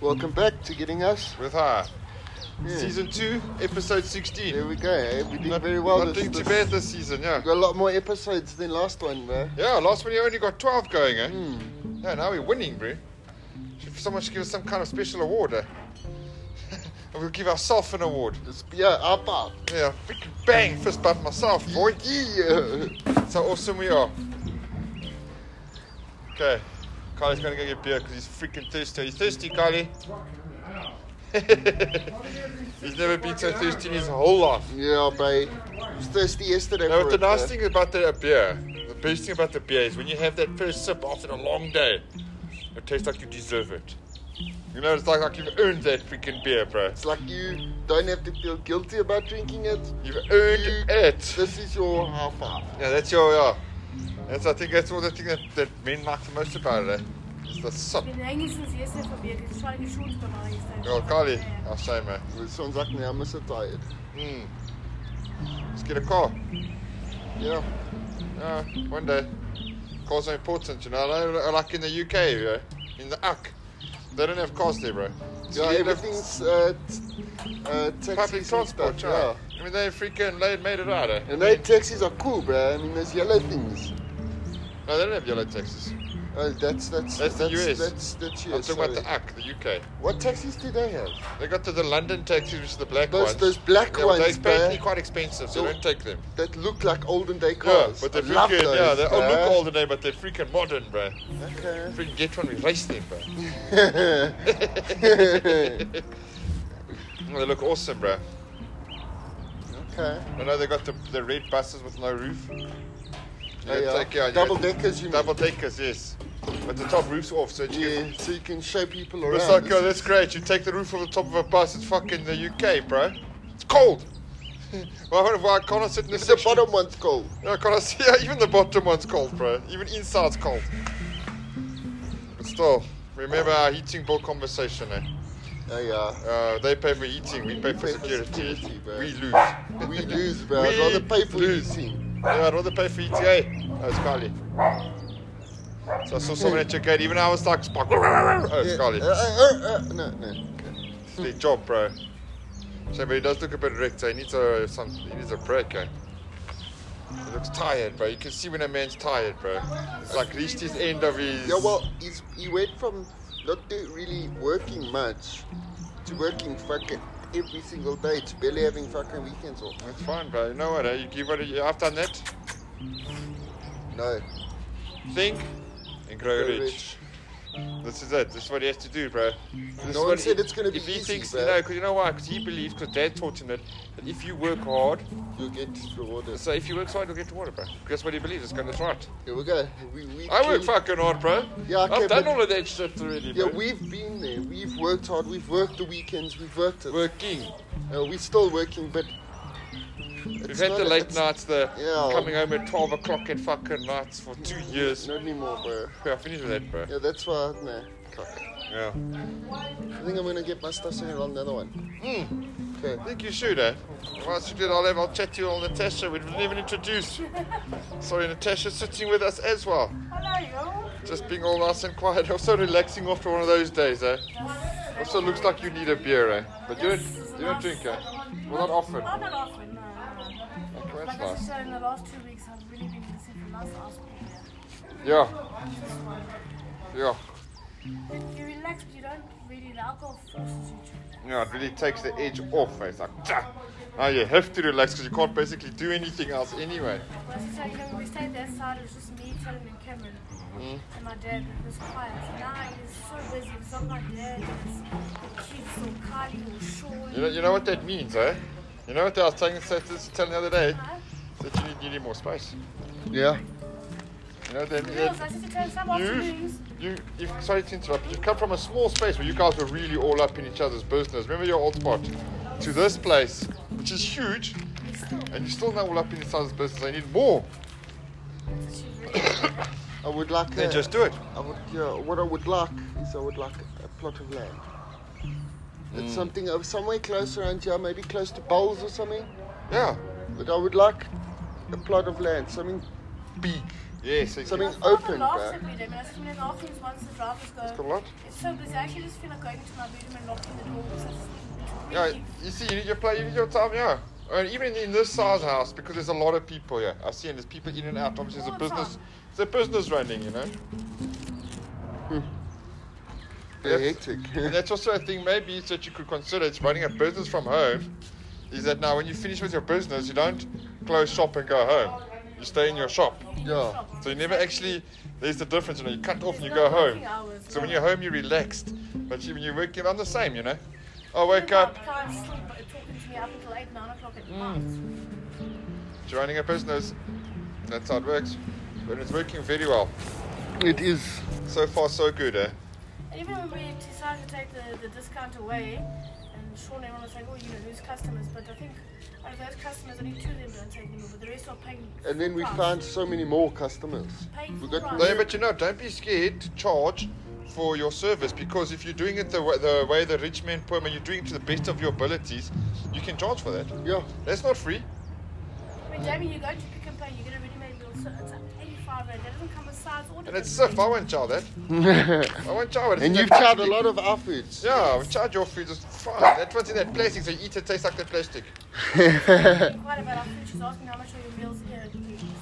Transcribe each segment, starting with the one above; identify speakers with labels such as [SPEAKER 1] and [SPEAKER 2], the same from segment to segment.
[SPEAKER 1] Welcome back to Getting Us.
[SPEAKER 2] with her.
[SPEAKER 1] Yeah.
[SPEAKER 2] Season 2, episode 16.
[SPEAKER 1] There we go, eh? We did
[SPEAKER 2] not
[SPEAKER 1] very well
[SPEAKER 2] not
[SPEAKER 1] this,
[SPEAKER 2] doing too
[SPEAKER 1] this
[SPEAKER 2] bad this season, yeah.
[SPEAKER 1] We got a lot more episodes than last one, bro.
[SPEAKER 2] Yeah, last one you only got 12 going, eh?
[SPEAKER 1] Hmm.
[SPEAKER 2] Yeah, now we're winning, bro. Should someone should give us some kind of special award, eh? And we'll give ourselves an award.
[SPEAKER 1] It's, yeah, up, up.
[SPEAKER 2] Yeah, freaking bang, fist bump myself, boy.
[SPEAKER 1] Yeah.
[SPEAKER 2] That's how awesome we are. Okay, Kylie's gonna go get beer because he's freaking thirsty. Are you thirsty, Kylie? he's never been so thirsty in his whole life.
[SPEAKER 1] Yeah, babe. I was thirsty yesterday
[SPEAKER 2] No,
[SPEAKER 1] for
[SPEAKER 2] but the
[SPEAKER 1] it, bruh.
[SPEAKER 2] nice thing about the uh, beer, the best thing about the beer is when you have that first sip after a long day, it tastes like you deserve it. You know, it's like, like you've earned that freaking beer, bro.
[SPEAKER 1] It's like you don't have to feel guilty about drinking it.
[SPEAKER 2] You've earned it.
[SPEAKER 1] This is your high five.
[SPEAKER 2] Yeah, that's your, yeah. That's, I think that's all the thing that, that men like the most about it, eh? It's the sip.
[SPEAKER 3] Ik ben Engels sinds eerste verweerd. Ik is wel geschoten bij mij.
[SPEAKER 2] Oh, Carly, I'll say, man.
[SPEAKER 1] It sounds like now I'm so tired.
[SPEAKER 2] Mm. Let's get a car.
[SPEAKER 1] Yeah.
[SPEAKER 2] Yeah, one day. Cars are important, you know. Like- Like in the UK, yeah. In the UK. They don't have cars there, bro. So
[SPEAKER 1] Yeah,
[SPEAKER 2] you have-
[SPEAKER 1] everything's uh, t- uh, taxis
[SPEAKER 2] public
[SPEAKER 1] and
[SPEAKER 2] transport,
[SPEAKER 1] stuff,
[SPEAKER 2] yeah. I mean, they freaking they made it out. Eh?
[SPEAKER 1] And those taxis are cool, bro. I mean, those yellow things.
[SPEAKER 2] No, they don't have yellow taxis.
[SPEAKER 1] Oh, that's that's
[SPEAKER 2] That's the US.
[SPEAKER 1] That's that's
[SPEAKER 2] I'm
[SPEAKER 1] US.
[SPEAKER 2] talking about
[SPEAKER 1] sorry.
[SPEAKER 2] the UK, the UK.
[SPEAKER 1] What taxis do they have?
[SPEAKER 2] They got the, the London taxis, which is the black
[SPEAKER 1] Those-
[SPEAKER 2] ones.
[SPEAKER 1] those black
[SPEAKER 2] yeah, but
[SPEAKER 1] ones,
[SPEAKER 2] They're apparently
[SPEAKER 1] bruh.
[SPEAKER 2] quite expensive, so
[SPEAKER 1] They're-
[SPEAKER 2] don't take them.
[SPEAKER 1] That look like olden day
[SPEAKER 2] Yeah,
[SPEAKER 1] cars.
[SPEAKER 2] but they're
[SPEAKER 1] I love
[SPEAKER 2] freaking,
[SPEAKER 1] those,
[SPEAKER 2] yeah, they all
[SPEAKER 1] bruh.
[SPEAKER 2] look older now, but they're freaking modern, bro.
[SPEAKER 1] Okay.
[SPEAKER 2] Freaking get one, we race them, bro. they look awesome, bro.
[SPEAKER 1] okay.
[SPEAKER 2] I know they got the, the red buses with no roof. You can
[SPEAKER 1] yeah.
[SPEAKER 2] take- yeah, you
[SPEAKER 1] Double
[SPEAKER 2] can-
[SPEAKER 1] deckers, you mean?
[SPEAKER 2] Double deckers, yes. But the top roof's off, so you
[SPEAKER 1] Yeah, so you can show people around.
[SPEAKER 2] It's like, oh, that's great. You take the roof off the top of a bus. It's fucking the UK, bro. It's cold. why, why can't I sit in the
[SPEAKER 1] It's the
[SPEAKER 2] section?
[SPEAKER 1] bottom one's cold.
[SPEAKER 2] Yeah, can't I see? Yeah, even the bottom one's cold, bro. Even inside's cold. But still, remember our heating bill conversation, eh?
[SPEAKER 1] Oh, yeah.
[SPEAKER 2] Uh, they pay for heating, we pay for
[SPEAKER 1] pay for
[SPEAKER 2] security.
[SPEAKER 1] security, bro.
[SPEAKER 2] We lose.
[SPEAKER 1] We lose, bro. I'd
[SPEAKER 2] We
[SPEAKER 1] rather pay for
[SPEAKER 2] lose.
[SPEAKER 1] heating.
[SPEAKER 2] Yeah, I'd rather pay for ETA. Oh, it's Carly. So I saw someone at your gate, even I was like, "Spark." oh, it's
[SPEAKER 1] Yeah.
[SPEAKER 2] Carly.
[SPEAKER 1] Uh, uh, uh, no, no. Okay.
[SPEAKER 2] It's their job, bro. So, but he does look a bit wrecked. So he needs a some. He needs a break. Eh? He looks tired, bro. You can see when a man's tired, bro. It's like reached his end of his.
[SPEAKER 1] Yeah, well, he's, he went from not do, really working much to working fucking every single day to barely having fucking weekends off.
[SPEAKER 2] That's fine, bro. You know what? Eh? You give what you, I've done that.
[SPEAKER 1] No.
[SPEAKER 2] Think and grow
[SPEAKER 1] Grow
[SPEAKER 2] rich. This is it. This is what he has to do, bro. This
[SPEAKER 1] No
[SPEAKER 2] is
[SPEAKER 1] one
[SPEAKER 2] what
[SPEAKER 1] said
[SPEAKER 2] he-
[SPEAKER 1] it's gonna be
[SPEAKER 2] If he
[SPEAKER 1] easy,
[SPEAKER 2] thinks,
[SPEAKER 1] bro.
[SPEAKER 2] you know, 'cause you know why? Because he believes, because dad taught him that, that if you work hard,
[SPEAKER 1] You'll get rewarded.
[SPEAKER 2] so if you work hard, you'll get rewarded, bro. Guess what he believes? It's going to right.
[SPEAKER 1] Here we go. We, we
[SPEAKER 2] I
[SPEAKER 1] clean-
[SPEAKER 2] work fucking hard, bro.
[SPEAKER 1] Yeah, okay,
[SPEAKER 2] I've done
[SPEAKER 1] but-
[SPEAKER 2] all of that shit already,
[SPEAKER 1] Yeah,
[SPEAKER 2] bro.
[SPEAKER 1] we've been there. We've worked hard. We've worked the weekends. We've worked it.
[SPEAKER 2] working.
[SPEAKER 1] Uh, we're still working, but it's
[SPEAKER 2] We've had
[SPEAKER 1] not-
[SPEAKER 2] the late
[SPEAKER 1] it's
[SPEAKER 2] nights, the
[SPEAKER 1] Yeah.
[SPEAKER 2] coming home at 12 o'clock at fucking nights for two years.
[SPEAKER 1] Not anymore, bro.
[SPEAKER 2] Yeah, I finished with that, bro.
[SPEAKER 1] Yeah, that's why. Nah, fuck.
[SPEAKER 2] Yeah.
[SPEAKER 1] I think I'm gonna get my stuff somewhere on the other one.
[SPEAKER 2] Mm,
[SPEAKER 1] Okay.
[SPEAKER 2] I think you should, eh? If I should do that, I'll have, I'll chat to you on Natasha. We didn't even introduce. Sorry, Natasha's sitting with us as well.
[SPEAKER 3] Hallo joh.
[SPEAKER 2] Just being all nice and quiet. Also relaxing after one of those days, eh? Also looks like you need a beer, eh? But you don't, you don't drink, eh? Well, not often.
[SPEAKER 3] Not that often. No, no.
[SPEAKER 2] Okay, that's
[SPEAKER 3] Like I
[SPEAKER 2] nice.
[SPEAKER 3] said, in the last two weeks, halt I've really been missing the last asking.
[SPEAKER 2] Yeah. Yeah.
[SPEAKER 3] You relax, but you don't really. The alcohol forces you to relax.
[SPEAKER 2] you know, it really takes the edge off. eh? It's like, "Tah." now you have to relax because you can't basically do anything else anyway.
[SPEAKER 3] But as I said, you know, when we stayed that side, it was just me, Tillman, and Cameron, and my dad. It was quiet. Now it's so busy. It's not my dad. It's the kids or Kylie or Sean.
[SPEAKER 2] You know, you know what that means, eh? You know what I was telling this telling the other day
[SPEAKER 3] Huh?
[SPEAKER 2] that you need, you need more space.
[SPEAKER 1] Yeah.
[SPEAKER 2] You know what that
[SPEAKER 3] Girls,
[SPEAKER 2] means?
[SPEAKER 3] I said to turn some
[SPEAKER 2] You,
[SPEAKER 3] afternoons.
[SPEAKER 2] you, you, sorry to interrupt. You've come from a small space where you guys were really all up in each other's business. Remember your old spot to this place, which is huge, and you're still now all up in each other's business. I need more.
[SPEAKER 3] She really-
[SPEAKER 1] I would like.
[SPEAKER 2] Then
[SPEAKER 1] a-
[SPEAKER 2] just do it.
[SPEAKER 1] I would, yeah, what I would like is I would like a plot of land. It's
[SPEAKER 2] Hmm.
[SPEAKER 1] something uh, somewhere close around here, maybe close to Bowles or something.
[SPEAKER 2] Yeah.
[SPEAKER 1] But I would like a plot of land, something big.
[SPEAKER 2] Yes,
[SPEAKER 1] So I mean,
[SPEAKER 2] exactly.
[SPEAKER 3] My father
[SPEAKER 1] open,
[SPEAKER 3] laughs
[SPEAKER 1] bro.
[SPEAKER 3] at me, Damon. I said, when the afternoons once the drivers go,
[SPEAKER 2] It's got a lot.
[SPEAKER 3] it's so busy. I actually just feel like going to my bedroom and locking the door. Because it's
[SPEAKER 2] Yeah,
[SPEAKER 3] really-
[SPEAKER 2] you see, you need your play, you need your time, yeah. And even in this size house, because there's a lot of people here, I see, and there's people in and out. Obviously, there's a
[SPEAKER 3] All the time.
[SPEAKER 2] business, there's a business running, you know.
[SPEAKER 1] They're
[SPEAKER 2] That's-
[SPEAKER 1] hectic.
[SPEAKER 2] And that's also a thing maybe that you could consider. It's running a business from home. Is that now when you finish with your business, you don't close shop and go home. You stay in your shop.
[SPEAKER 1] yeah.
[SPEAKER 2] So you never actually. There's the difference, you know. You cut off and you go home. So when you're home, you're relaxed. But you, when you work, I'm the same, you know. I wake up,
[SPEAKER 3] Clients still talking to me up until 8, 9 o'clock at night.
[SPEAKER 2] you're running a business. That's how it works. But it's working very well.
[SPEAKER 1] It is.
[SPEAKER 2] So far, so good, eh?
[SPEAKER 3] And even when we decided to take the, the discount away, and Sean and everyone was like, oh, you're going to lose customers. But I think out of those customers, only two of them don't take them, but the rest are paying.
[SPEAKER 1] And then we
[SPEAKER 3] full price.
[SPEAKER 1] found so many more customers.
[SPEAKER 3] Paying
[SPEAKER 1] We
[SPEAKER 3] full
[SPEAKER 1] got
[SPEAKER 3] price.
[SPEAKER 2] No, but you know, don't be scared to charge for your service because if you're doing it the way the, way the rich man, poor man, you're doing it to the best of your abilities, you can charge for that.
[SPEAKER 1] Yeah.
[SPEAKER 2] That's not free.
[SPEAKER 3] I mean, Jamie, you go to pick and pay, you get a ready made meal, so it's like 85 rand. That doesn't come with size or
[SPEAKER 2] And it's
[SPEAKER 3] delivery.
[SPEAKER 2] stiff. I won't charge that. I won't charge it.
[SPEAKER 1] And
[SPEAKER 2] It's
[SPEAKER 1] you've
[SPEAKER 2] like-
[SPEAKER 1] tried a lot of our foods.
[SPEAKER 2] Yeah, we charge your food. It's fine. That one's in that plastic, so you eat it, tastes like the plastic.
[SPEAKER 3] quite about our food. She's asking how much are your meals here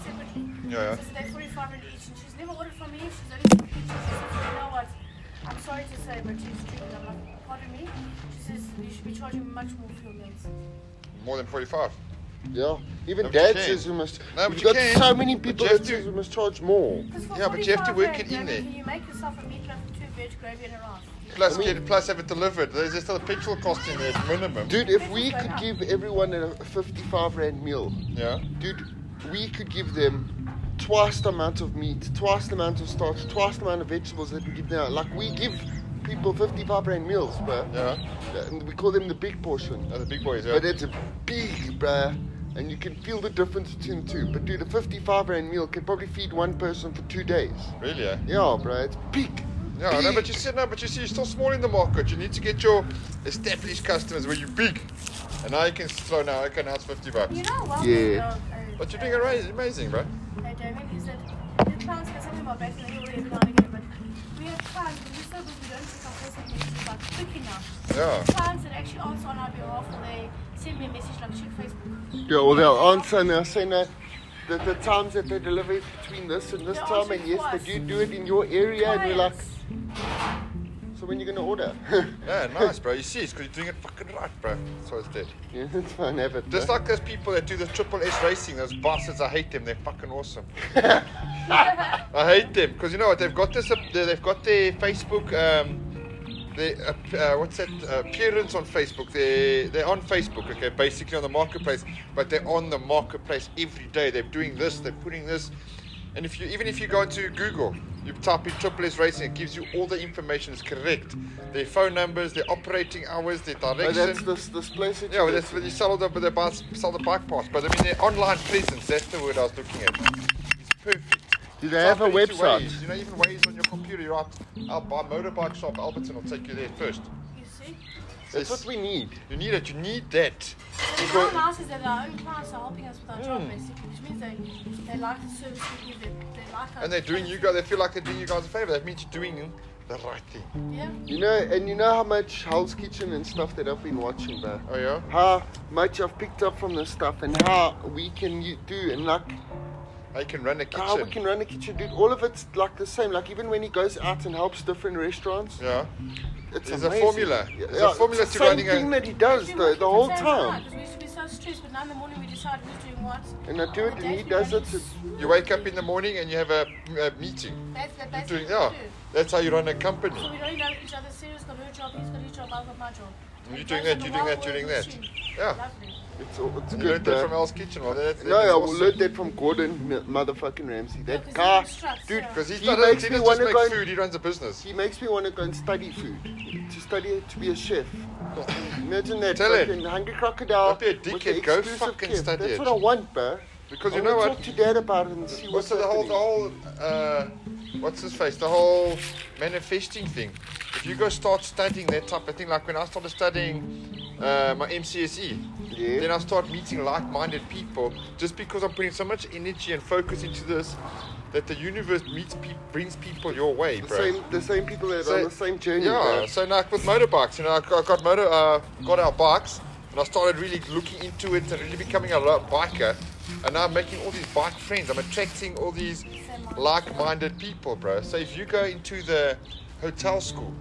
[SPEAKER 3] separately.
[SPEAKER 2] Yeah, yeah.
[SPEAKER 3] So they're 45 rand each, and she's never ordered from me. She's only from pictures. She says, you know what? I'm sorry to say, but she's treated. I'm like, pardon me. She says, you should be charging much more for your meals.
[SPEAKER 2] More than 45.
[SPEAKER 1] Yeah. Even
[SPEAKER 2] No, but you
[SPEAKER 1] Dad
[SPEAKER 2] can.
[SPEAKER 1] says we must.
[SPEAKER 2] No, but
[SPEAKER 1] we've
[SPEAKER 2] you
[SPEAKER 1] got
[SPEAKER 2] can.
[SPEAKER 1] so many
[SPEAKER 2] But
[SPEAKER 1] people
[SPEAKER 2] you have
[SPEAKER 1] that
[SPEAKER 2] to-
[SPEAKER 1] says we must charge more.
[SPEAKER 3] 'Cause for
[SPEAKER 2] Yeah, but you have to
[SPEAKER 3] 45
[SPEAKER 2] work it
[SPEAKER 3] rand,
[SPEAKER 2] in
[SPEAKER 3] Jamie,
[SPEAKER 2] there.
[SPEAKER 3] Can you make yourself a meatloaf and two veg gravy and a rice?
[SPEAKER 2] Plus, get, plus have it delivered. There's just a petrol cost in there, minimum.
[SPEAKER 1] Dude, if we could give everyone a 55 rand meal,
[SPEAKER 2] Yeah.
[SPEAKER 1] dude, we could give them twice the amount of meat, twice the amount of starch, twice the amount of vegetables that we give now. Like we give people 55 rand meals, bruh.
[SPEAKER 2] Yeah.
[SPEAKER 1] And we call them the big portion.
[SPEAKER 2] Yeah, the big boys, yeah.
[SPEAKER 1] But it's a big, bruh. And you can feel the difference between the two. But dude, a 55 rand meal can probably feed one person for two days.
[SPEAKER 2] Really, eh? yeah.
[SPEAKER 1] Yeah, bruh, it's big.
[SPEAKER 2] Yeah, I know, but you
[SPEAKER 1] Big.
[SPEAKER 2] see, no, but you see, you're still small in the market. You need to get your established customers where you're big, and now you can slow now. I can ask fifty bucks.
[SPEAKER 3] You know uh, what?
[SPEAKER 1] Yeah.
[SPEAKER 2] But you're doing amazing, amazing, bro.
[SPEAKER 3] Hey, Damien, is that the plants get something about back in the every now and again, but we have plants, and we still we don't take our personal messages like quick enough.
[SPEAKER 2] Yeah.
[SPEAKER 3] Plants that actually answer on our behalf or they send me a message like check Facebook.
[SPEAKER 1] Yeah, well, they'll answer and they'll say no. The, the times that they deliver is between this and this
[SPEAKER 3] They'll
[SPEAKER 1] time,
[SPEAKER 3] answer
[SPEAKER 1] and yes,
[SPEAKER 3] twice.
[SPEAKER 1] they do do it in your area, and we're like,
[SPEAKER 3] Clients.
[SPEAKER 1] so when you gonna order?
[SPEAKER 2] Yeah, nice, bro. You see, it's because you're doing it fucking right, bro. So it's dead.
[SPEAKER 1] yeah, it's fine, have it.
[SPEAKER 2] Just
[SPEAKER 1] bro.
[SPEAKER 2] like those people that do the triple S racing, those bastards. I hate them. They're fucking awesome. I hate them because you know what? They've got this. Uh, they've got their Facebook. Um, they, uh, uh, what's that uh, appearance on Facebook? They they're on Facebook, okay, basically on the marketplace, but they're on the marketplace every day. They're doing this, they're putting this, and if you even if you go into Google, you type in Triple S Racing, it gives you all the information is correct. Their phone numbers, their operating hours, their
[SPEAKER 1] Oh,
[SPEAKER 2] direction.
[SPEAKER 1] that's this this place. that
[SPEAKER 2] Yeah,
[SPEAKER 1] you
[SPEAKER 2] well,
[SPEAKER 1] go
[SPEAKER 2] that's when you sell the, the bus, sell the bike pass. But I mean, their er online er presence, that's the word I was looking at. It's perfect.
[SPEAKER 1] Do they
[SPEAKER 2] Type
[SPEAKER 1] have a
[SPEAKER 2] it into
[SPEAKER 1] website?
[SPEAKER 2] Waze. You know, even Waze on your computer, you're out, out by motorbike shop, Alberton will take you there first.
[SPEAKER 3] You see?
[SPEAKER 1] to. That's what we need.
[SPEAKER 2] You need it, you need that.
[SPEAKER 3] And how nice is that our own clients are helping us with our job basically, which means they, they like the service we give, they, they like our
[SPEAKER 2] And they're doing you guys, they feel like they're doing you guys a favor. That means you're doing the right thing.
[SPEAKER 3] Yeah.
[SPEAKER 1] You know, and you know how much Hell's Kitchen and stuff that I've been watching, bro.
[SPEAKER 2] Oh, yeah?
[SPEAKER 1] How much I've picked up from this stuff, and how we can u- do, and like
[SPEAKER 2] I can run a kitchen.
[SPEAKER 1] how Ah, we can run a kitchen, dude. All of it's like the same. Like even when he goes out and helps different restaurants,
[SPEAKER 2] Yeah.
[SPEAKER 1] It's
[SPEAKER 2] There's a
[SPEAKER 1] amazing.
[SPEAKER 2] formula. There's a
[SPEAKER 1] it's
[SPEAKER 2] formula
[SPEAKER 1] the
[SPEAKER 2] to
[SPEAKER 1] same
[SPEAKER 2] running a-
[SPEAKER 1] thing that he does
[SPEAKER 3] We
[SPEAKER 1] though,
[SPEAKER 3] work
[SPEAKER 1] the
[SPEAKER 3] at
[SPEAKER 1] whole
[SPEAKER 3] same
[SPEAKER 1] time.
[SPEAKER 3] Because we used to be so stressed, but now in the morning we decide who's doing what.
[SPEAKER 1] And I do it, and
[SPEAKER 3] The
[SPEAKER 1] he
[SPEAKER 3] days we
[SPEAKER 1] does
[SPEAKER 3] run
[SPEAKER 1] it.
[SPEAKER 3] is-
[SPEAKER 1] to-
[SPEAKER 2] You wake up in the morning and you have a, a meeting.
[SPEAKER 3] That's,
[SPEAKER 2] You're
[SPEAKER 3] that, that's
[SPEAKER 2] doing,
[SPEAKER 3] what
[SPEAKER 2] yeah.
[SPEAKER 3] we do.
[SPEAKER 2] That's how you run a company.
[SPEAKER 3] So we don't know each other's serious, got her job, he's got his job, I've got my job.
[SPEAKER 2] You're
[SPEAKER 3] It
[SPEAKER 2] doing
[SPEAKER 3] goes
[SPEAKER 2] that,
[SPEAKER 3] on
[SPEAKER 2] you're doing that,
[SPEAKER 3] the wild
[SPEAKER 2] you're doing
[SPEAKER 3] world
[SPEAKER 2] that.
[SPEAKER 3] machine.
[SPEAKER 2] Yeah.
[SPEAKER 3] Lovely.
[SPEAKER 1] It's, all- it's
[SPEAKER 2] You
[SPEAKER 1] good.
[SPEAKER 2] learned that
[SPEAKER 1] bro.
[SPEAKER 2] from Al's Kitchen. Well, that, that
[SPEAKER 1] no,
[SPEAKER 2] is
[SPEAKER 1] uh, yeah,
[SPEAKER 2] awesome.
[SPEAKER 1] we learned that from Gordon m- motherfucking Ramsay.
[SPEAKER 3] Yeah,
[SPEAKER 1] That
[SPEAKER 3] 'cause he
[SPEAKER 1] guy,
[SPEAKER 3] instructs,
[SPEAKER 1] dude,
[SPEAKER 3] yeah.
[SPEAKER 2] Because he,
[SPEAKER 1] he
[SPEAKER 2] doesn't,
[SPEAKER 1] makes
[SPEAKER 2] he
[SPEAKER 1] me
[SPEAKER 2] doesn't
[SPEAKER 1] want
[SPEAKER 2] just
[SPEAKER 1] to
[SPEAKER 2] make
[SPEAKER 1] go. and-
[SPEAKER 2] food, he runs a business.
[SPEAKER 1] He makes me want to go and study food, to study to be a chef. Imagine that.
[SPEAKER 2] Tell it.
[SPEAKER 1] fucking Hungry crocodile.
[SPEAKER 2] Don't be a
[SPEAKER 1] with the
[SPEAKER 2] dickhead, go
[SPEAKER 1] exclusive
[SPEAKER 2] fucking
[SPEAKER 1] chef.
[SPEAKER 2] study
[SPEAKER 1] That's
[SPEAKER 2] it.
[SPEAKER 1] what I want, bro.
[SPEAKER 2] Because
[SPEAKER 1] I
[SPEAKER 2] you know
[SPEAKER 1] wanna
[SPEAKER 2] what?
[SPEAKER 1] Talk to dad about it and see what's
[SPEAKER 2] Also, the whole, the
[SPEAKER 1] happening.
[SPEAKER 2] whole, uh, what's his face? The whole manifesting thing. If you go start studying that type of thing, like when I started studying uh, my MCSE,
[SPEAKER 1] Yeah.
[SPEAKER 2] then I start meeting like-minded people. Just because I'm putting so much energy and focus into this, that the universe meets pe- brings people your way,
[SPEAKER 1] The
[SPEAKER 2] bro.
[SPEAKER 1] same, the same people that are on the same journey.
[SPEAKER 2] Yeah,
[SPEAKER 1] bro.
[SPEAKER 2] so like with motorbikes, you know, I got, I got motor, uh, got our bikes, and I started really looking into it and really becoming a lo- biker. And now I'm making all these bike friends. I'm attracting all these like-minded people, bro. So if you go into the hotel school,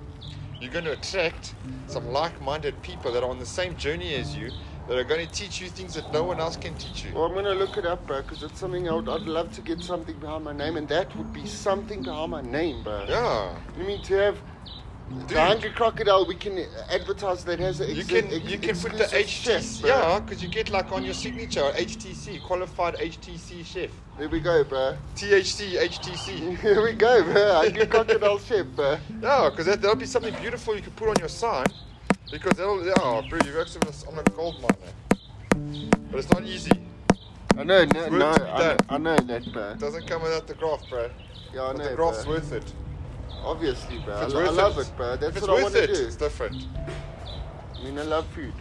[SPEAKER 2] you're going to attract some like-minded people that are on the same journey as you, that are going to teach you things that no one else can teach you.
[SPEAKER 1] Well, I'm gonna look it up, bro, because it's something I would, I'd love to get something behind my name, and that would be something behind my name, bro.
[SPEAKER 2] Yeah.
[SPEAKER 1] You mean to have
[SPEAKER 2] Dude.
[SPEAKER 1] the Hungry Crocodile? We can advertise that has an
[SPEAKER 2] You
[SPEAKER 1] ex-
[SPEAKER 2] can
[SPEAKER 1] ex-
[SPEAKER 2] you can put the
[SPEAKER 1] exclusive chef,
[SPEAKER 2] HTC,
[SPEAKER 1] bro.
[SPEAKER 2] yeah, because you get like on your signature HTC qualified HTC chef.
[SPEAKER 1] There we go, bro.
[SPEAKER 2] THC, HTC.
[SPEAKER 1] Here we go, bro. Hungry Crocodile Chef, bro.
[SPEAKER 2] No, because that, that'll be something beautiful you could put on your sign. Because that'll, yeah, oh, bro, you're actually on a- on a gold mine now. But it's not easy. It
[SPEAKER 1] I know, no,
[SPEAKER 2] It's worth
[SPEAKER 1] no,
[SPEAKER 2] to be
[SPEAKER 1] I,
[SPEAKER 2] done.
[SPEAKER 1] I know that, bro.
[SPEAKER 2] doesn't come without the graph, bro.
[SPEAKER 1] Yeah, I
[SPEAKER 2] But the
[SPEAKER 1] know,
[SPEAKER 2] graph's
[SPEAKER 1] bro.
[SPEAKER 2] worth it.
[SPEAKER 1] Obviously, bro.
[SPEAKER 2] If
[SPEAKER 1] I,
[SPEAKER 2] it's
[SPEAKER 1] lo- I
[SPEAKER 2] worth
[SPEAKER 1] love it, bro.
[SPEAKER 2] if
[SPEAKER 1] That's
[SPEAKER 2] it's
[SPEAKER 1] what I
[SPEAKER 2] worth
[SPEAKER 1] want to
[SPEAKER 2] it,
[SPEAKER 1] do.
[SPEAKER 2] it's different.
[SPEAKER 1] I mean, I love food.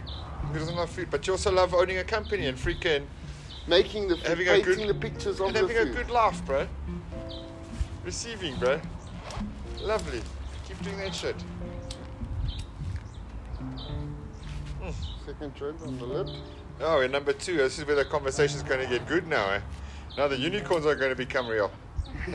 [SPEAKER 2] He doesn't love food, but you also love owning a company and freaking
[SPEAKER 1] Making the food,
[SPEAKER 2] having a
[SPEAKER 1] painting
[SPEAKER 2] good
[SPEAKER 1] the pictures of
[SPEAKER 2] and
[SPEAKER 1] the
[SPEAKER 2] having
[SPEAKER 1] food.
[SPEAKER 2] a good laugh, bro. Receiving, bro. Lovely. Keep doing that shit.
[SPEAKER 1] Second trend on the lip.
[SPEAKER 2] Oh, we're number two. This is where the conversation's going to get good now. Eh? Now the unicorns are going to become real.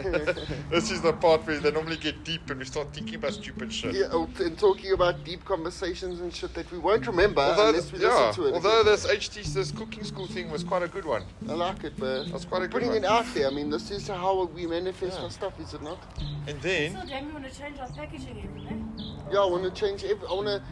[SPEAKER 2] this is the part where they normally get deep and we start thinking about stupid shit.
[SPEAKER 1] Yeah, oh, t- and talking about deep conversations and shit that we won't remember
[SPEAKER 2] Although,
[SPEAKER 1] unless we
[SPEAKER 2] yeah,
[SPEAKER 1] listen to it.
[SPEAKER 2] although
[SPEAKER 1] again.
[SPEAKER 2] this HT, this cooking school thing was quite a good one.
[SPEAKER 1] I like it, but
[SPEAKER 2] That's quite a good
[SPEAKER 1] putting
[SPEAKER 2] one.
[SPEAKER 1] it out there. I mean, this is how we manifest
[SPEAKER 2] Yeah.
[SPEAKER 1] our stuff, is it not?
[SPEAKER 2] And then,
[SPEAKER 3] So, Jamie, we want to change our packaging, eh? isn't it?
[SPEAKER 1] Yeah, I want to change. Every, I want a,